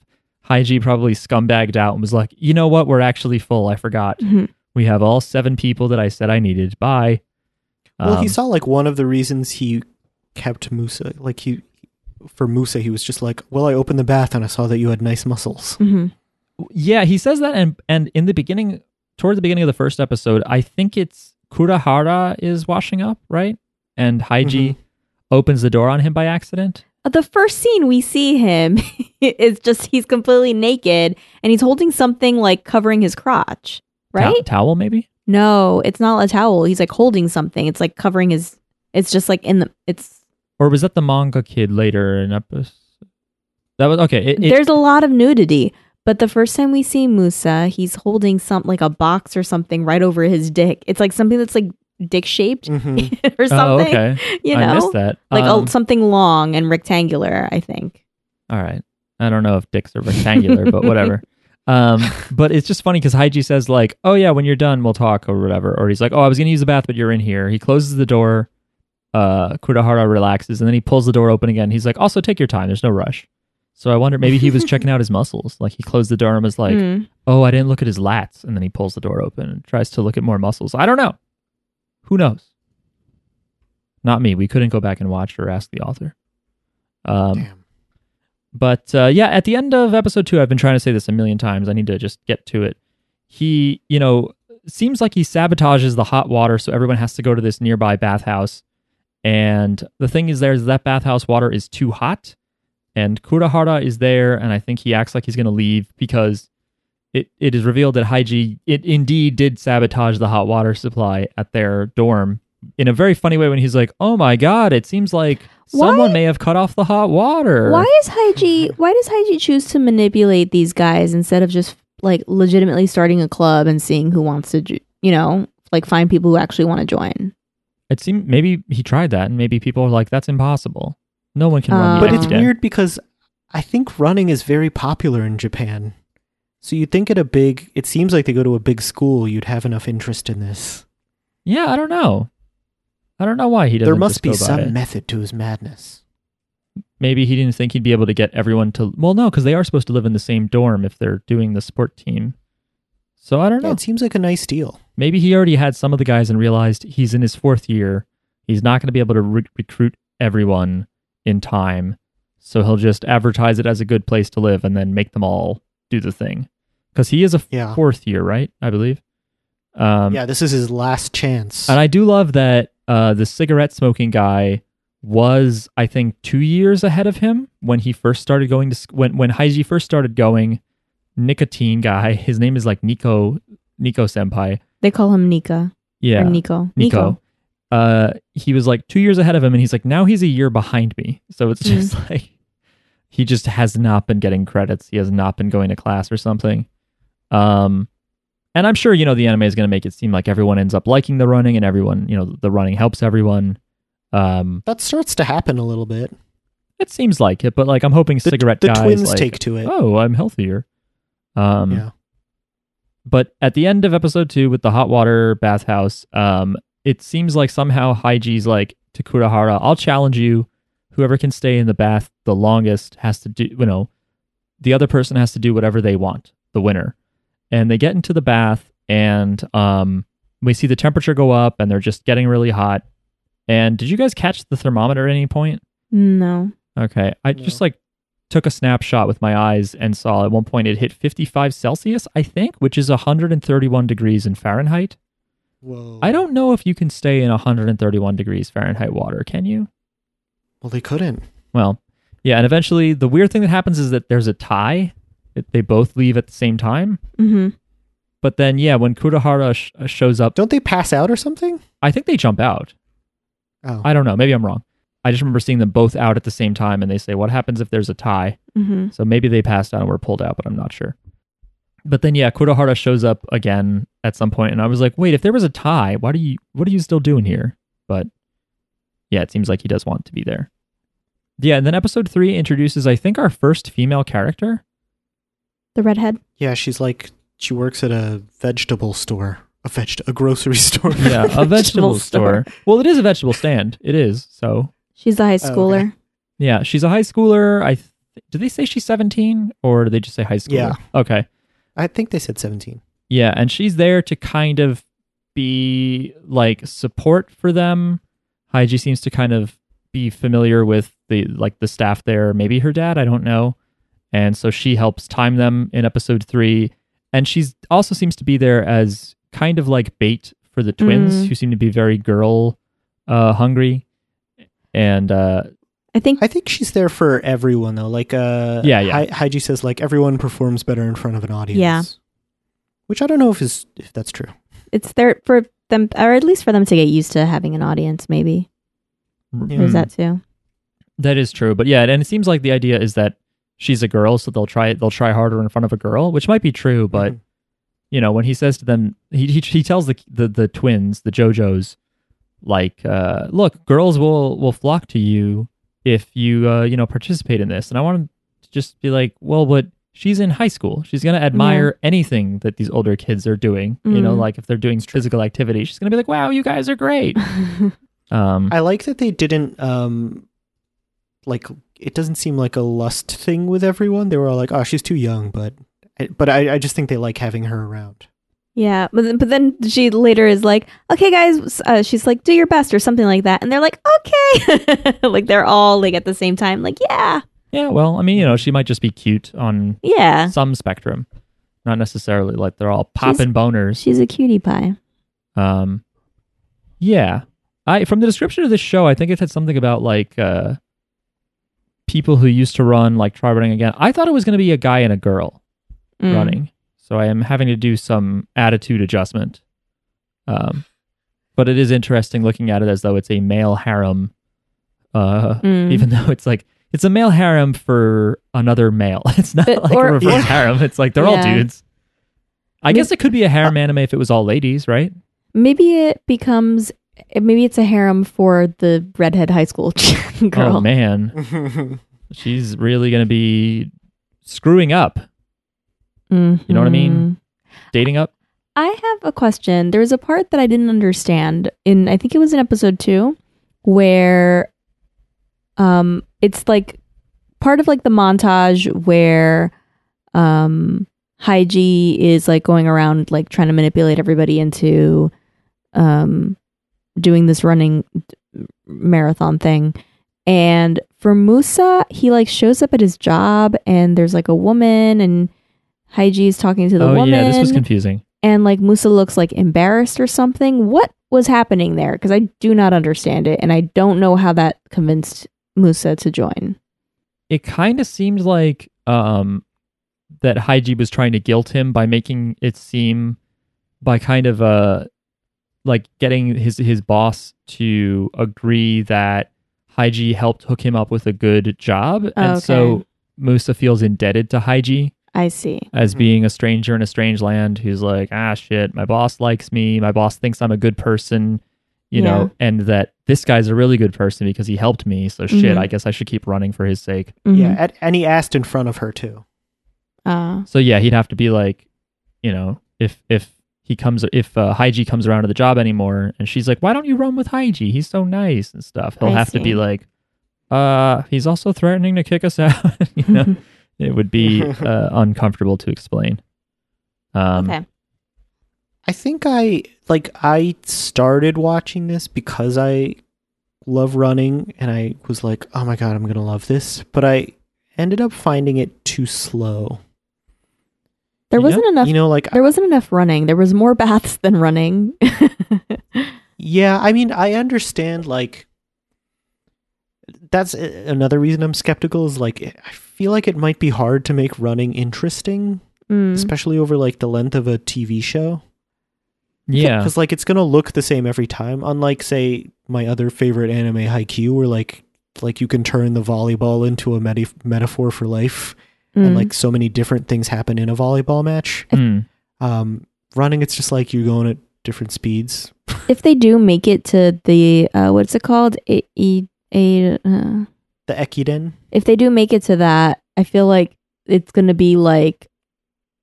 Hygie probably scumbagged out and was like you know what we're actually full i forgot
Mhm.
we have all seven people that i said i needed bye
Well,
Um,
he saw like one of the reasons he kept Musa. Like he, for Musa, he was just like, "Well, I opened the bath and I saw that you had nice
<laughs>
muscles."
mm-hmm.
hmm
Yeah, he says that, and and in the beginning, toward the beginning of the first episode, I think it's Kurahara is washing up, right? And Haiji opens the door on him by accident.
The first scene we see him <laughs> is just he's completely naked and he's holding something like covering his crotch,
Tow-
right?
towel, maybe.
No, it's not a towel. He's like holding something. It's like covering his. It's just like in the. It's
Or was that the manga kid later in episode? That was okay. It, it-
there's a lot of nudity, but the first time we see Musa, he's holding some like a box or something right over his dick. It's like something that's like dick shaped
Mhm.
<laughs> or
oh,
something.
okay.
You know,
I missed that.
like
Um,
a, something long and rectangular. I think.
All right. I don't know if dicks are rectangular, but whatever. Um, but it's just funny because Haiji says like, "Oh yeah, when you're done, we'll talk" or whatever. Or he's like, "Oh, I was gonna use the bath, but you're in here." He closes the door. Uh, Kurahara relaxes, and then he pulls the door open again. He's like, "Also, take your time. There's no rush." So I wonder, maybe he was checking out his muscles. Like he closed the door and was like,
Mm.
"Oh, I didn't look at his lats," and then he pulls the door open and tries to look at more muscles. I don't know. Who knows? Not me. We couldn't go back and watch or ask the author. Um,
Damn.
but uh, yeah, at the end of episode two, I've been trying to say this a million times. I need to just get to it. He, you know, seems like he sabotages the hot water, so everyone has to go to this nearby bathhouse. And the thing is, there is that bathhouse water is too hot, and Kurahara is there, and I think he acts like he's going to leave because it, it is revealed that Haiji it indeed did sabotage the hot water supply at their dorm in a very funny way when he's like, "Oh my god, it seems like
Why-
someone may have cut off the hot water."
Why is Haiji? Why does Haiji choose to manipulate these guys instead of just like legitimately starting a club and seeing who wants to, ju- you know, like find people who actually want to join?
It seemed maybe he tried that, and maybe people are like, "That's impossible. No one can run."
Um,
the
Uh, But it's
FTM."
weird because I think running is very popular in Japan. So you'd think at a big, it seems like they go to a big school, you'd have enough interest in this.
Yeah, I don't know. I don't know why he doesn't.
There must
just
be
go by
some
it.
method to his madness.
Maybe he didn't think he'd be able to get everyone to. Well, no, because they are supposed to live in the same dorm if they're doing the sport team. So I don't
Yeah,
know.
it seems like a nice deal.
Maybe he already had some of the guys and realized he's in his fourth year. He's not going to be able to re- recruit everyone in time. So he'll just advertise it as a good place to live and then make them all do the thing. Because he is a
Yeah.
fourth year, right? I believe. Um,
yeah, this is his last chance.
And I do love that uh, the cigarette smoking guy was, I think, two years ahead of him when he first started going to sc- when when Haiji first started going. Nicotine guy, his name is like Nico Nico Senpai.
They call him Nika
Yeah,
or Nico.
Nico. Uh, he was like two years ahead of him, and he's like now he's a year behind me. So it's just <laughs> like he just has not been getting credits. He has not been going to class or something. Um, and I'm sure you know the anime is going to make it seem like everyone ends up liking the running, and everyone you know the running helps everyone. Um,
that starts to happen a little bit.
it seems like it, but like I'm hoping
The,
cigarette
the
guys
twins
like,
take to it.
Oh, I'm healthier. Um,
yeah.
but at the end of episode two with the hot water bathhouse, um, it seems like somehow Haiji's like to Kurahara, I'll challenge you. Whoever can stay in the bath the longest has to do, you know, the other person has to do whatever they want, the winner. And they get into the bath and um, we see the temperature go up and they're just getting really hot. And did you guys catch the thermometer at any point?
No.
Okay. I
No.
just like took a snapshot with my eyes and saw at one point it hit 55 Celsius, I think, which is 131 degrees in Fahrenheit.
Whoa.
I don't know if you can stay in 131 degrees Fahrenheit water, can you?
Well, they couldn't.
Well, yeah. And eventually, the weird thing that happens is that there's a tie. It- They both leave at the same time.
hmm
But then, yeah, when Kudahara sh- uh, shows up,
Don't they pass out or something?
I think they jump out.
Oh.
I don't know. Maybe I'm wrong. I just remember seeing them both out at the same time and they say, What happens if there's a tie?
hmm
So maybe they passed out and were pulled out, but I'm not sure. But then yeah, Kudohara shows up again at some point, and I was like, wait, if there was a tie, why do you what are you still doing here? But yeah, it seems like he does want to be there. Yeah, and then episode three introduces, I think, our first female character.
The redhead.
yeah, she's like, she works at a vegetable store. a veg a grocery <laughs> store.
Yeah, a vegetable
Vegetable
store.
store.
Well, it is a vegetable stand. It is. So,
She's a high
Oh, okay.
schooler.
yeah, she's a high schooler. I th- do they say she's 17 or do they just say high schooler?
Yeah.
Okay.
I think they said 17.
Yeah, and she's there to kind of be like support for them. Haiji seems to kind of be familiar with the like the staff there, maybe her dad, I don't know. And so she helps time them in episode 3 and she's also seems to be there as kind of like bait for the twins
Mm.
who seem to be very girl uh hungry. And uh
I think
I think she's there for everyone though. Like uh
Yeah, yeah.
Hi- Haiji says like everyone performs better in front of an audience.
Yeah.
Which I don't know if is if that's true.
it's there for them, or at least for them to get used to having an audience. Maybe there's
mm,
that too.
That is true, but yeah, and it seems like the idea is that she's a girl, so they'll try they'll try harder in front of a girl, which might be true, but
Mhm.
you know when he says to them, he he, he tells the, the the twins, the JoJos, like, uh, look, girls will will flock to you if you uh, you know participate in this, and I want to just be like, well, but she's in high school, she's gonna admire anything that these older kids are doing, you know,
Mm.
like if they're doing physical activity, she's gonna be like, wow, you guys are
<laughs>
great. Um,
I like that they didn't um like it doesn't seem like a lust thing with everyone. They were all like, "Oh, she's too young," but but I, I just think they like having her around.
yeah, but then, but then she later is like, "Okay, guys," uh, she's like, "Do your best" or something like that, and they're like, "Okay," <laughs> like they're all like at the same time, like, "Yeah,
yeah, well, I mean, you know, she might just be cute on
yeah."
some spectrum, not necessarily like they're all popping boners.
She's a cutie pie.
Um, yeah, I from the description of this show, I think it said something about like uh, people who used to run like try running again. I thought it was going to be a guy and a girl
Mm.
running, so I am having to do some attitude adjustment. Um, but it is interesting looking at it as though it's a male harem, uh,
Mm.
even though it's like. It's a male harem for another male. <laughs> It's not
But-
like
or-
a reverse
<laughs>
or-
harem. It's like they're all
Yeah.
dudes. I guess it could be a harem anime if it was all ladies, right?
Maybe it becomes maybe it's a harem for the redhead high school <laughs> girl.
Oh man, she's really gonna be screwing up,
Mm-hmm.
You know what I mean? dating up.
I have a question. There was a part that I didn't understand in I think it was in episode 2 where um it's like part of like the montage where um Haiji is like going around like trying to manipulate everybody into um doing this running marathon thing. And for Musa, he like shows up at his job and there's like a woman and Haiji is talking to the
oh
woman
yeah, this was confusing.
and like Musa looks like embarrassed or something. What was happening there? Because I do not understand it, and I don't know how that convinced Musa to join.
It kind of seemed like um that Haiji was trying to guilt him by making it seem by kind of uh like getting his his boss to agree that Haiji helped hook him up with a good job, and
Okay.
so Musa feels indebted to Haiji.
I see.
as
Mhm.
being a stranger in a strange land who's like, ah, shit, my boss likes me. My boss thinks I'm a good person, you know, and that this guy's a really good person because he helped me. So shit,
Mhm.
I guess I should keep running for his sake.
yeah,
Mhm.
at, and he asked in front of her too.
Uh,
So yeah, he'd have to be like, you know, if, if, he comes if uh, Haiji comes around to the job anymore, and she's like, "Why don't you run with Haiji? He's so nice and stuff." He'll
I
have to be
see.
like, "Uh, he's also threatening to kick us <laughs> out." you know,
<laughs>
it would be uh, uncomfortable to explain. Um,
okay.
I think I like I started watching this because I love running and I was like, "Oh my god, I'm going to love this." But I ended up finding it too slow.
There
You
wasn't enough.
You know, like
there wasn't enough running. There was more <laughs> baths than running. <laughs>
Yeah, I mean, I understand. Like, that's a- another reason I'm skeptical. Is like, eh, I feel like it might be hard to make running interesting,
Mm.
especially over like the length of a TV show.
<laughs>
Yeah,
because like it's gonna look the same every time. Unlike, say, my other favorite anime, Haikyuu, where like like you can turn the volleyball into a meta- metaphor for life, and
Mm.
like so many different things happen in a volleyball match.
Hmm.
Um, running, it's just like you're going at different speeds.
if they do make it to the uh, what's it called? A, e, a, uh,
The Ekiden.
if they do make it to that, I feel like it's going to be like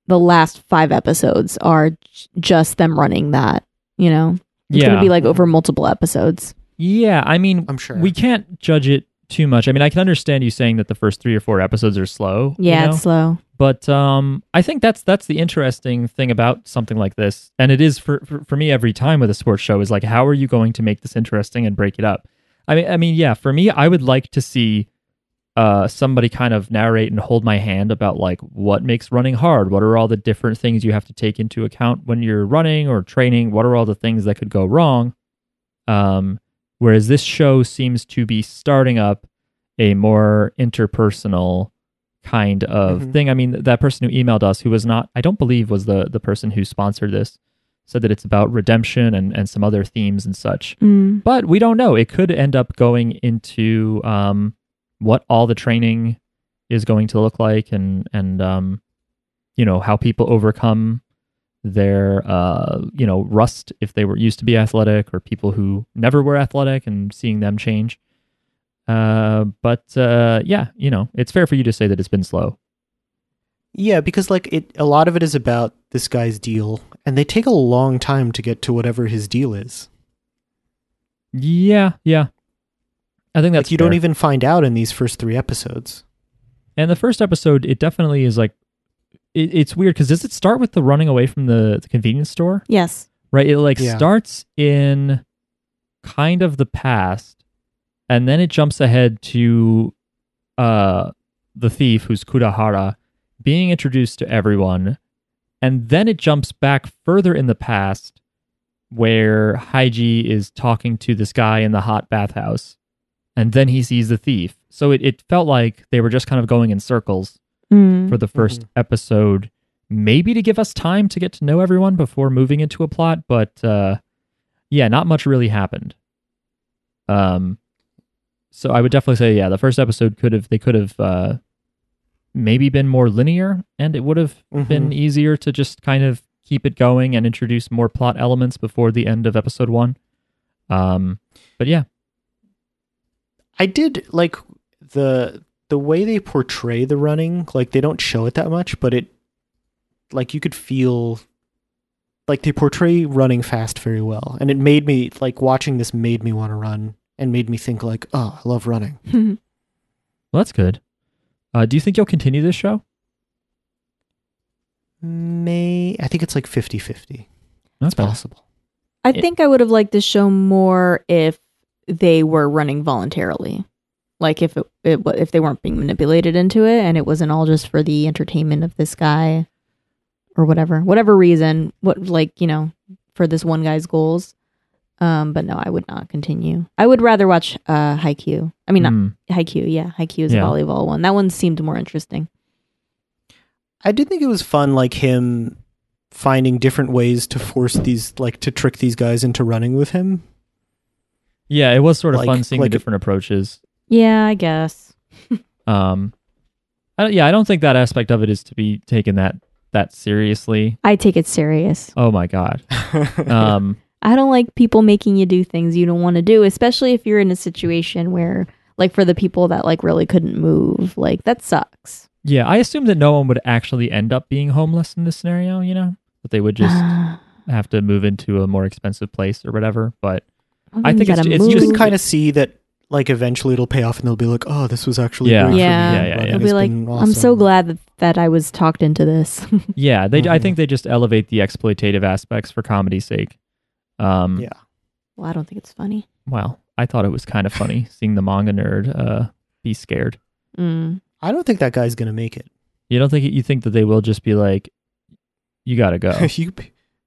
the last five episodes are j- just them running that. You know, it's
yeah.
going to be like over multiple episodes.
yeah. I mean,
I'm sure.
we can't judge it too much. I mean, I can understand you saying that the first three or four episodes are slow. you
Yeah,
know?
it's slow.
but um, I think that's that's the interesting thing about something like this, and it is for, for for me every time with a sports show is like, how are you going to make this interesting and break it up? I mean, I mean, yeah, for me, I would like to see uh, somebody kind of narrate and hold my hand about like what makes running hard, what are all the different things you have to take into account when you're running or training, what are all the things that could go wrong. Um, whereas this show seems to be starting up a more interpersonal kind of
Mhm.
thing. I mean, th- that person who emailed us, who was not, I don't believe was the the person who sponsored this, said that it's about redemption and and some other themes and such.
Mm.
But we don't know. It could end up going into um, what all the training is going to look like, and and um, you know how people overcome their uh, you know rust if they were used to be athletic, or people who never were athletic, and seeing them change. Uh, but uh, yeah, you know, it's fair for you to say that it's been slow.
Yeah, because like it a lot of it is about this guy's deal and they take a long time to get to whatever his deal is.
Yeah, yeah. I think that's
like you
fair.
don't even find out in these first 3 episodes.
And the first episode, it definitely is like, it, it's weird because does it start with the running away from the, the convenience store?
Yes.
Right? It like
Yeah.
starts in kind of the past and then it jumps ahead to uh, the thief, who's Kudahara, being introduced to everyone. And then it jumps back further in the past where Haiji is talking to this guy in the hot bathhouse. And then he sees the thief. So it, it felt like they were just kind of going in circles
Mm.
for the 1st episode, maybe to give us time to get to know everyone before moving into a plot. But uh, yeah, not much really happened. Um, so I would definitely say, yeah, the first episode could have they could have uh, maybe been more linear, and it would have
Mm-hmm.
been easier to just kind of keep it going and introduce more plot elements before the end of episode one. Um, but yeah,
I did like the the way they portray the running, like they don't show it that much, but it like you could feel like they portray running fast very well. And it made me like watching this made me want to run and made me think like, oh, I love running.
<laughs>
well, that's good. Uh, do you think you'll continue this show?
May I think it's like 50-50.
That's
It's possible.
I
It-
think I would have liked the show more if they were running voluntarily, like if it, it wa- if they weren't being manipulated into it, and it wasn't all just for the entertainment of this guy, or whatever, whatever reason, what like you know for this one guy's goals. Um, but no, I would not continue. I would rather watch uh Haikyuu. I mean,
Mm.
not Haikyuu, yeah, Haikyuu is
Yeah.
a volleyball one. That one seemed more interesting.
I did think it was fun like him finding different ways to force these like to trick these guys into running with him.
Yeah, it was sort of
Like-
fun seeing
like
the
a-
different approaches.
Yeah, I guess.
Um, I, don't- yeah, I don't think that aspect of it is to be taken that that seriously.
I take it serious.
Oh my
<laughs>
god. Um,
I don't like people making you do things you don't want to do, especially if you're in a situation where like for the people that like really couldn't move, like that sucks.
yeah, I assume that no one would actually end up being homeless in this scenario. You know, that they would
<sighs>
just
<sighs>
have to move into a more expensive place or whatever. But I think it's- it's
you
just
Mm.
can kind of see that like eventually it'll pay off and they'll be like oh this was actually
Yeah.
great for me.
Yeah.
Yeah, yeah, yeah.
Running
I'll
has
be like,
been
I'm so
awesome."
glad that, that I was talked into this.
yeah, they. I
Mhm.
think they just elevate the exploitative aspects for comedy's sake. Um,
yeah
<laughs> well, I don't think it's funny.
Well, I thought it was kind of
<laughs>
funny seeing the manga nerd uh, be scared.
Mm.
i don't think that guy's gonna make it
You don't think you think that they will just be like, you gotta
<laughs>
go.
you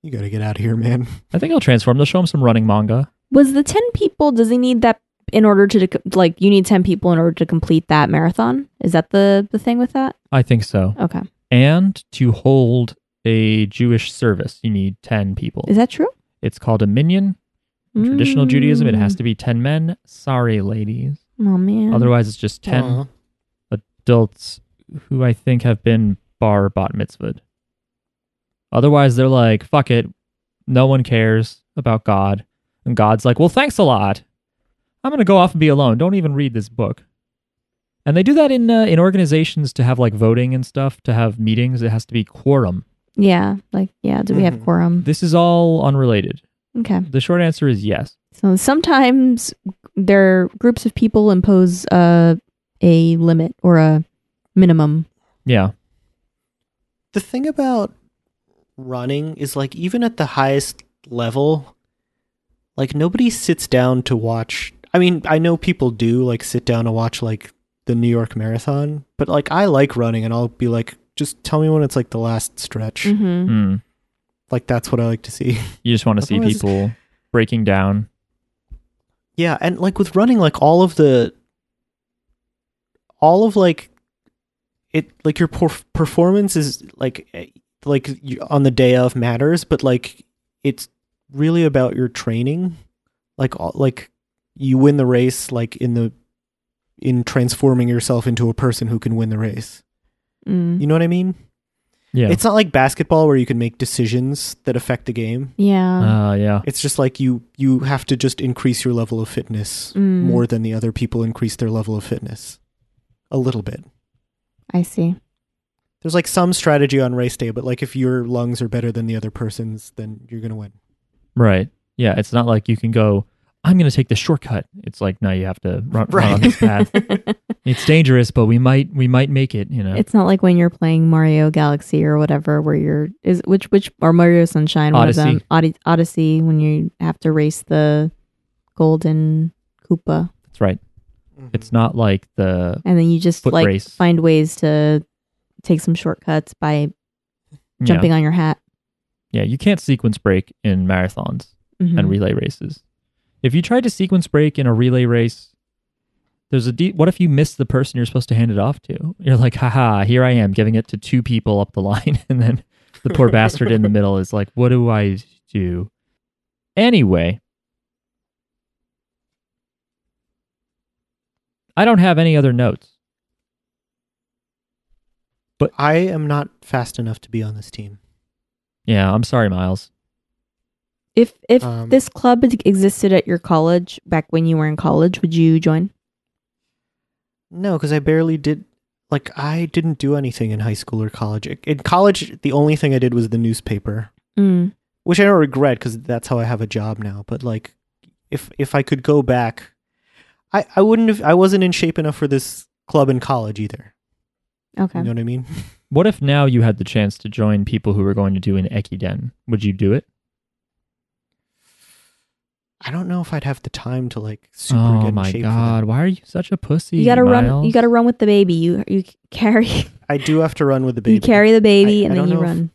you gotta get out of here man
I think I'll transform. They'll show him some running manga.
Was the 10 people, does he need that in order to, dec- like, you need 10 people in order to complete that marathon? Is that the, the thing with that?
I think so.
Okay.
And to hold a Jewish service, you need 10 people.
Is that true?
It's called a minion. In traditional Judaism, it has
Mm.
to be 10 men. Sorry, ladies.
Oh, man.
Otherwise, it's just 10
Aw.
adults who I think have been bar bat mitzvahed. Otherwise, they're like, fuck it. No one cares about God. And God's like, well, thanks a lot. I'm going to go off and be alone. Don't even read this book. And they do that in uh, in organizations to have like voting and stuff, to have meetings. It has to be quorum.
Yeah. Like, yeah, do we have
Mhm.
quorum?
This is all unrelated.
Okay.
The short answer is yes.
So sometimes their groups of people impose uh, a limit or a minimum.
Yeah.
the thing about running is like even at the highest level like nobody sits down to watch i mean i know people do like sit down to watch like the new york marathon but like i like running and i'll be like just tell me when it's like the last stretch
Mm-hmm.
Hmm.
like that's what i like to see
You just want to see
Otherwise-
people breaking down.
yeah and like with running like all of the all of like it like your perf- performance is like eh, like you- on the day of matters but like it's really about your training like all, like you win the race like in the in transforming yourself into a person who can win the race
Mm.
you know what i mean
Yeah.
it's not like basketball where you can make decisions that affect the game
Yeah.
uh, yeah.
it's just like you you have to just increase your level of fitness
Mm.
more than the other people increase their level of fitness a little bit.
I see.
There's like some strategy on race day, but like if your lungs are better than the other person's, then you're going to win.
Right. Yeah. It's not like you can go. I'm going to take the shortcut. It's like no, you have to run, run on
Right.
this path. it's dangerous, but we might we might make it. You know.
It's not like when you're playing Mario Galaxy or whatever, where you're is which which or Mario Sunshine, one of them,
Odyssey.
Oddy- Odyssey, when you have to race the golden Koopa,
That's right. It's not like the
and then you just
Foot
like
race.
find ways to take some shortcuts by jumping on your hat.
Yeah. yeah. You can't sequence break in marathons.
Mhm.
and relay races. If you try to sequence break in a relay race, there's a de- what if you miss the person you're supposed to hand it off to? You're like, haha, here I am giving it to two people up the line, <laughs> and then the poor bastard in the middle is like, what do I do? Anyway, I don't have any other notes.
I am not fast enough to be on this team.
Yeah, I'm sorry, Miles.
If if
Um,
this club ex- existed at your college back when you were in college, would you join?
No, because I barely did. Like I didn't do anything in high school or college. In college, the only thing I did was the newspaper,
Mm.
which I don't regret because that's how I have a job now. But like, if if I could go back, I I wouldn't have. I wasn't in shape enough for this club in college either.
Okay.
You know what I mean?
What if now you had the chance to join people who were going to do an Ekiden? Would you do it?
I don't know if I'd have the time to like super
oh
get in
my
shape.
god, why are you such a pussy?
You gotta run. You
Miles?
gotta run with the baby. You you carry <laughs>
For that. I do have to run with the baby.
you carry the
I-
baby
I
and
don't
then
know
you
if-
run.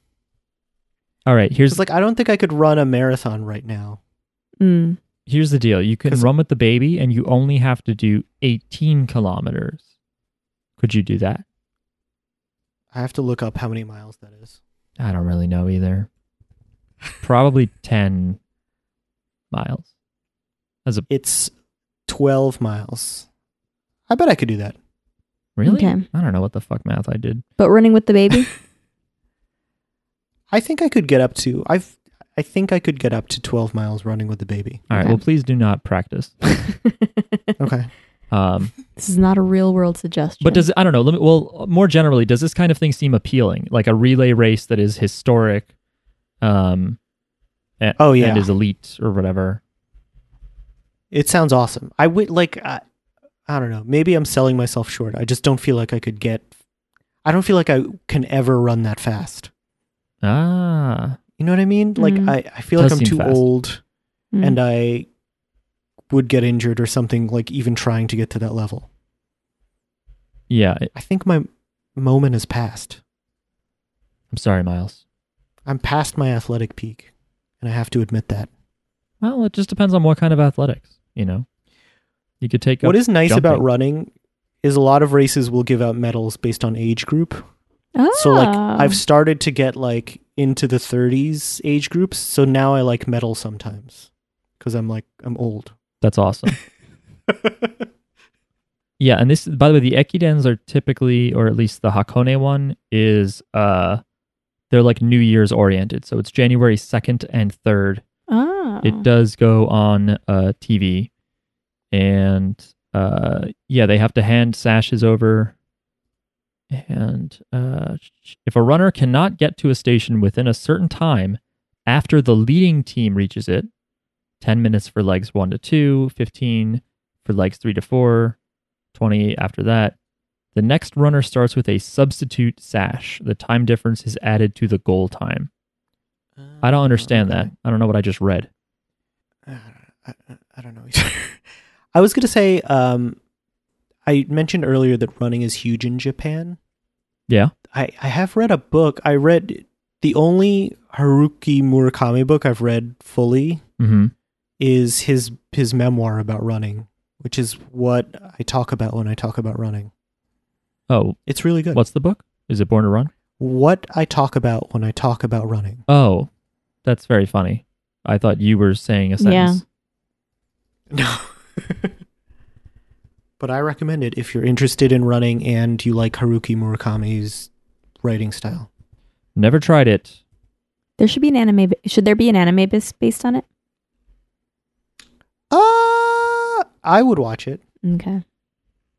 All right, here's
It's like I don't think I could run a marathon right now.
Mm.
here's the deal. You can
'Cause-
run with the baby, and you only have to do 18 kilometers. Could you do that?
I have to look up how many miles that is.
I don't really know either.
<laughs>
Probably 10 miles. As a
It's twelve miles. I bet I could do that.
really,
Okay.
I don't know what the fuck math I did.
But running with
<laughs>
the baby. <laughs>
I think I could get up to. I've. I think I could get up to twelve miles running with the baby.
All right,
Okay.
well, please do not practice.
Okay.
Um,
this is not a real world suggestion.
but does it- I don't know. Let me, well, more generally, does this kind of thing seem appealing? Like a relay race that is historic, um, and,
Oh, yeah.
and is elite or whatever.
it sounds awesome. I would like. I, I don't know. Maybe I'm selling myself short. I just don't feel like I could get. I don't feel like I can ever run that fast.
Ah,
You know what I mean? Like
Mhm.
I, I feel
Does
like I'm
seem
too
fast.
old
Mm.
and I would get injured or something like even trying to get to that level.
yeah.
I think my moment has passed.
I'm sorry, Miles.
I'm past my athletic peak and I have to admit that.
Well, it just depends on what kind of athletics, you know. You could take
What
up
is nice about
jumping.
running is a lot of races will give out medals based on age group.
oh.
So like I've started to get like into the 30s age groups, so now I like medal sometimes cuz I'm like I'm old.
That's
<laughs>
awesome. yeah, and this by the way, the Ekidens are typically, or at least the Hakone one, is uh they're like New Year's oriented. So it's January second and third.
oh.
It does go on uh TV. And uh, yeah, they have to hand sashes over. And uh, if a runner cannot get to a station within a certain time after the leading team reaches it, 10 minutes for legs 1 to 2, 15 for legs 3 to 4, 20 after that, the next runner starts with a substitute sash. The time difference is added to the goal time. I don't understand that. I don't know what I just read.
I don't, I, I don't know. either. <laughs> I was going to say, um, I mentioned earlier that running is huge in Japan.
Yeah.
I, I have read a book. I read the only Haruki Murakami book I've read fully
hmm
is his his memoir about running, which is what I talk about when I talk about running.
Oh,
It's really <laughs> good.
what's the book? Is it Born to Run?
what I talk about when I talk about running.
Oh, that's very funny. I thought you were saying a sentence.
No. but I recommend it if you're interested in running and you like Haruki Murakami's writing style.
Never tried it.
There should be an anime. Should there be an anime bas- based on it?
Uh, I would watch it.
Okay.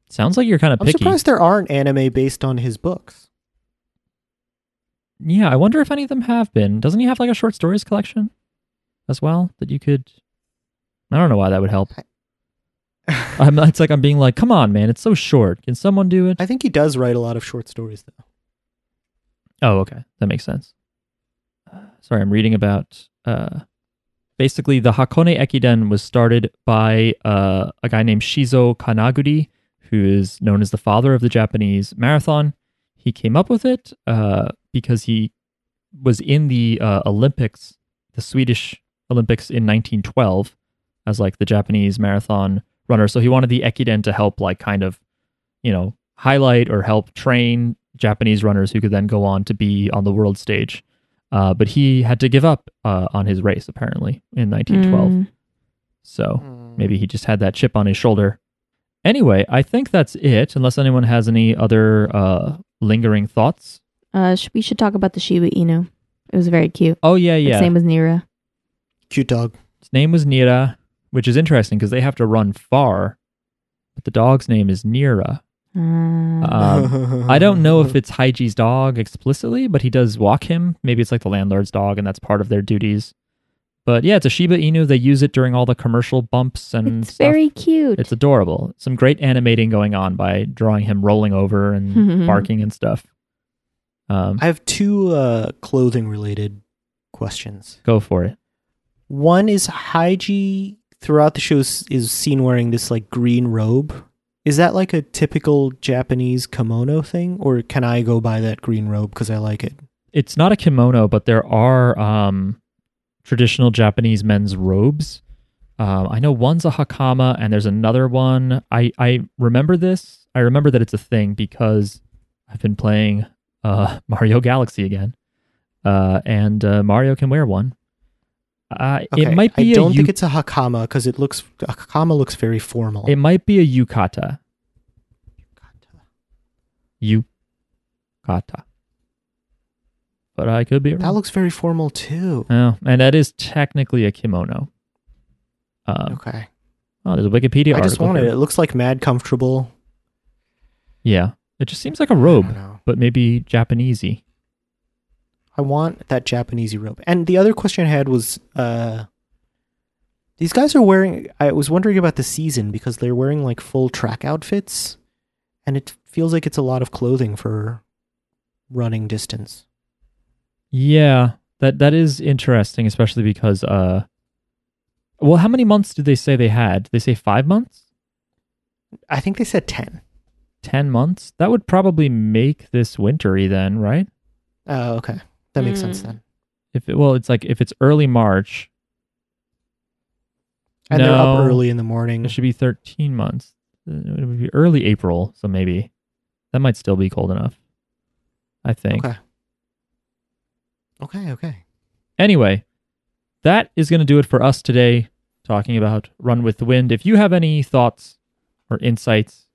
Sounds like you're kind of
I'm
picky.
surprised there aren't anime based on his books.
Yeah, I wonder if any of them have been. Doesn't he have like a short stories collection as well that you could? I don't know why that would help. <laughs> I'm, it's like I'm being like, come on, man, it's so short. Can someone do it?
I think he does write a lot of short stories, though.
Oh, okay. That makes sense. Uh, sorry, I'm reading about uh, basically the Hakone Ekiden was started by uh, a guy named Shizo Kanaguri, who is known as the father of the Japanese marathon. He came up with it uh, because he was in the uh, Olympics, the Swedish Olympics in 1912, as like the Japanese marathon runner. So he wanted the Ekiden to help, like, kind of, you know, highlight or help train Japanese runners who could then go on to be on the world stage. Uh, but he had to give up uh, on his race apparently in 1912.
Mm.
So maybe he just had that chip on his shoulder. Anyway, I think that's it, unless anyone has any other uh, lingering thoughts.
Uh, sh- we should talk about the Shiba Inu. It was very cute.
Oh, yeah, yeah.
Its name was Nira.
Cute dog.
His name was Nira, which is interesting because they have to run far, but the dog's name is Nira.
Uh,
Um,
<laughs>
I don't know if it's Hygie's dog explicitly, but he does walk him. Maybe it's like the landlord's dog, and that's part of their duties. But yeah, it's a Shiba Inu. They use it during all the commercial bumps and
it's
stuff.
very cute.
It's adorable. Some great animating going on by drawing him rolling over and barking and stuff. Um,
I have two uh, clothing related questions.
go for it.
One is Heiji throughout the show s- is seen wearing this like green robe. Is that like a typical Japanese kimono thing, or can I go buy that green robe because I like it?
It's not a kimono, but there are um, traditional Japanese men's robes. Um, I know one's a hakama, and there's another one. I I remember this. I remember that it's a thing because I've been playing uh, <laughs> Mario Galaxy again, uh, and uh, Mario can wear one. Uh, it might be
I
a
don't
yu-
think it's a hakama because it looks a hakama looks very formal.
it might be a yukata. Yukata, but I could be wrong.
that looks very formal too.
Oh, and that is technically a kimono. Um,
Okay,
Oh, there's a Wikipedia
I
article.
just wanted
here.
it. It looks like mad comfortable.
Yeah, it just seems like a
I don't
robe,
know.
but maybe Japanesey.
I want that Japanesey robe. And the other question I had was, uh, these guys are wearing. I was wondering about the season because they're wearing like full track outfits, and it feels like it's a lot of clothing for running distance.
Yeah, that that is interesting, especially because uh, well, how many months did they say they had? They say five months,
I think they said ten.
ten months. That would probably make this wintry then, right?
Oh, okay, that makes sense
Mm.
then.
If it, well, it's like if it's early March,
And they're up
No.
early in the morning.
It should be 13 months. Uh, It would be early April, so maybe that might still be cold enough. I think.
Okay. Okay. Okay.
Anyway, that is going to do it for us today talking about Run with the Wind. If you have any thoughts or insights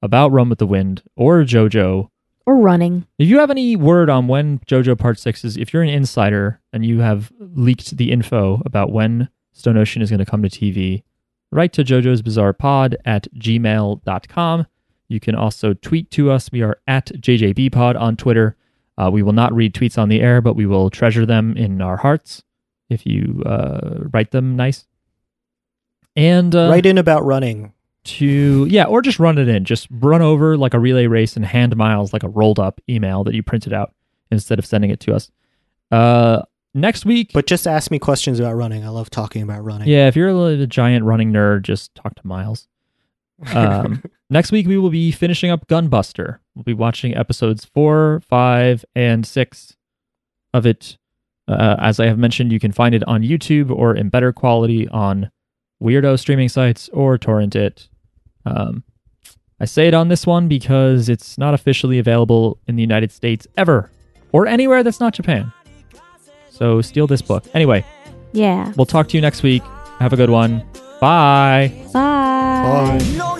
about Run with the Wind or JoJo,
or running.
if you have any word on when JoJo Part 6 is, if you're an insider and you have leaked the info about when Stone Ocean is going to come to TV, write to Jojo's Bizarre Pod at gmail.com. You can also tweet to us. We are at JJBpod on Twitter. Uh, we will not read tweets on the air, but we will treasure them in our hearts if you uh, write them nice. And uh,
Write in about running.
to yeah, or just run it in. Just run over like a relay race and hand miles like a rolled up email that you printed out instead of sending it to us. Uh, next week,
But just ask me questions about running. I love talking about running.
yeah, if you're a, a giant running nerd, just talk to Miles. Um, next week we will be finishing up Gunbuster. We'll be watching episodes four, five, and six of it. Uh, as I have mentioned, you can find it on YouTube or in better quality on weirdo streaming sites or torrent it. Um, I say it on this one because it's not officially available in the United States ever or anywhere that's not Japan. So steal this book. Anyway,
Yeah.
We'll talk to you next week. Have a good one. Bye.
Bye.
Bye.
No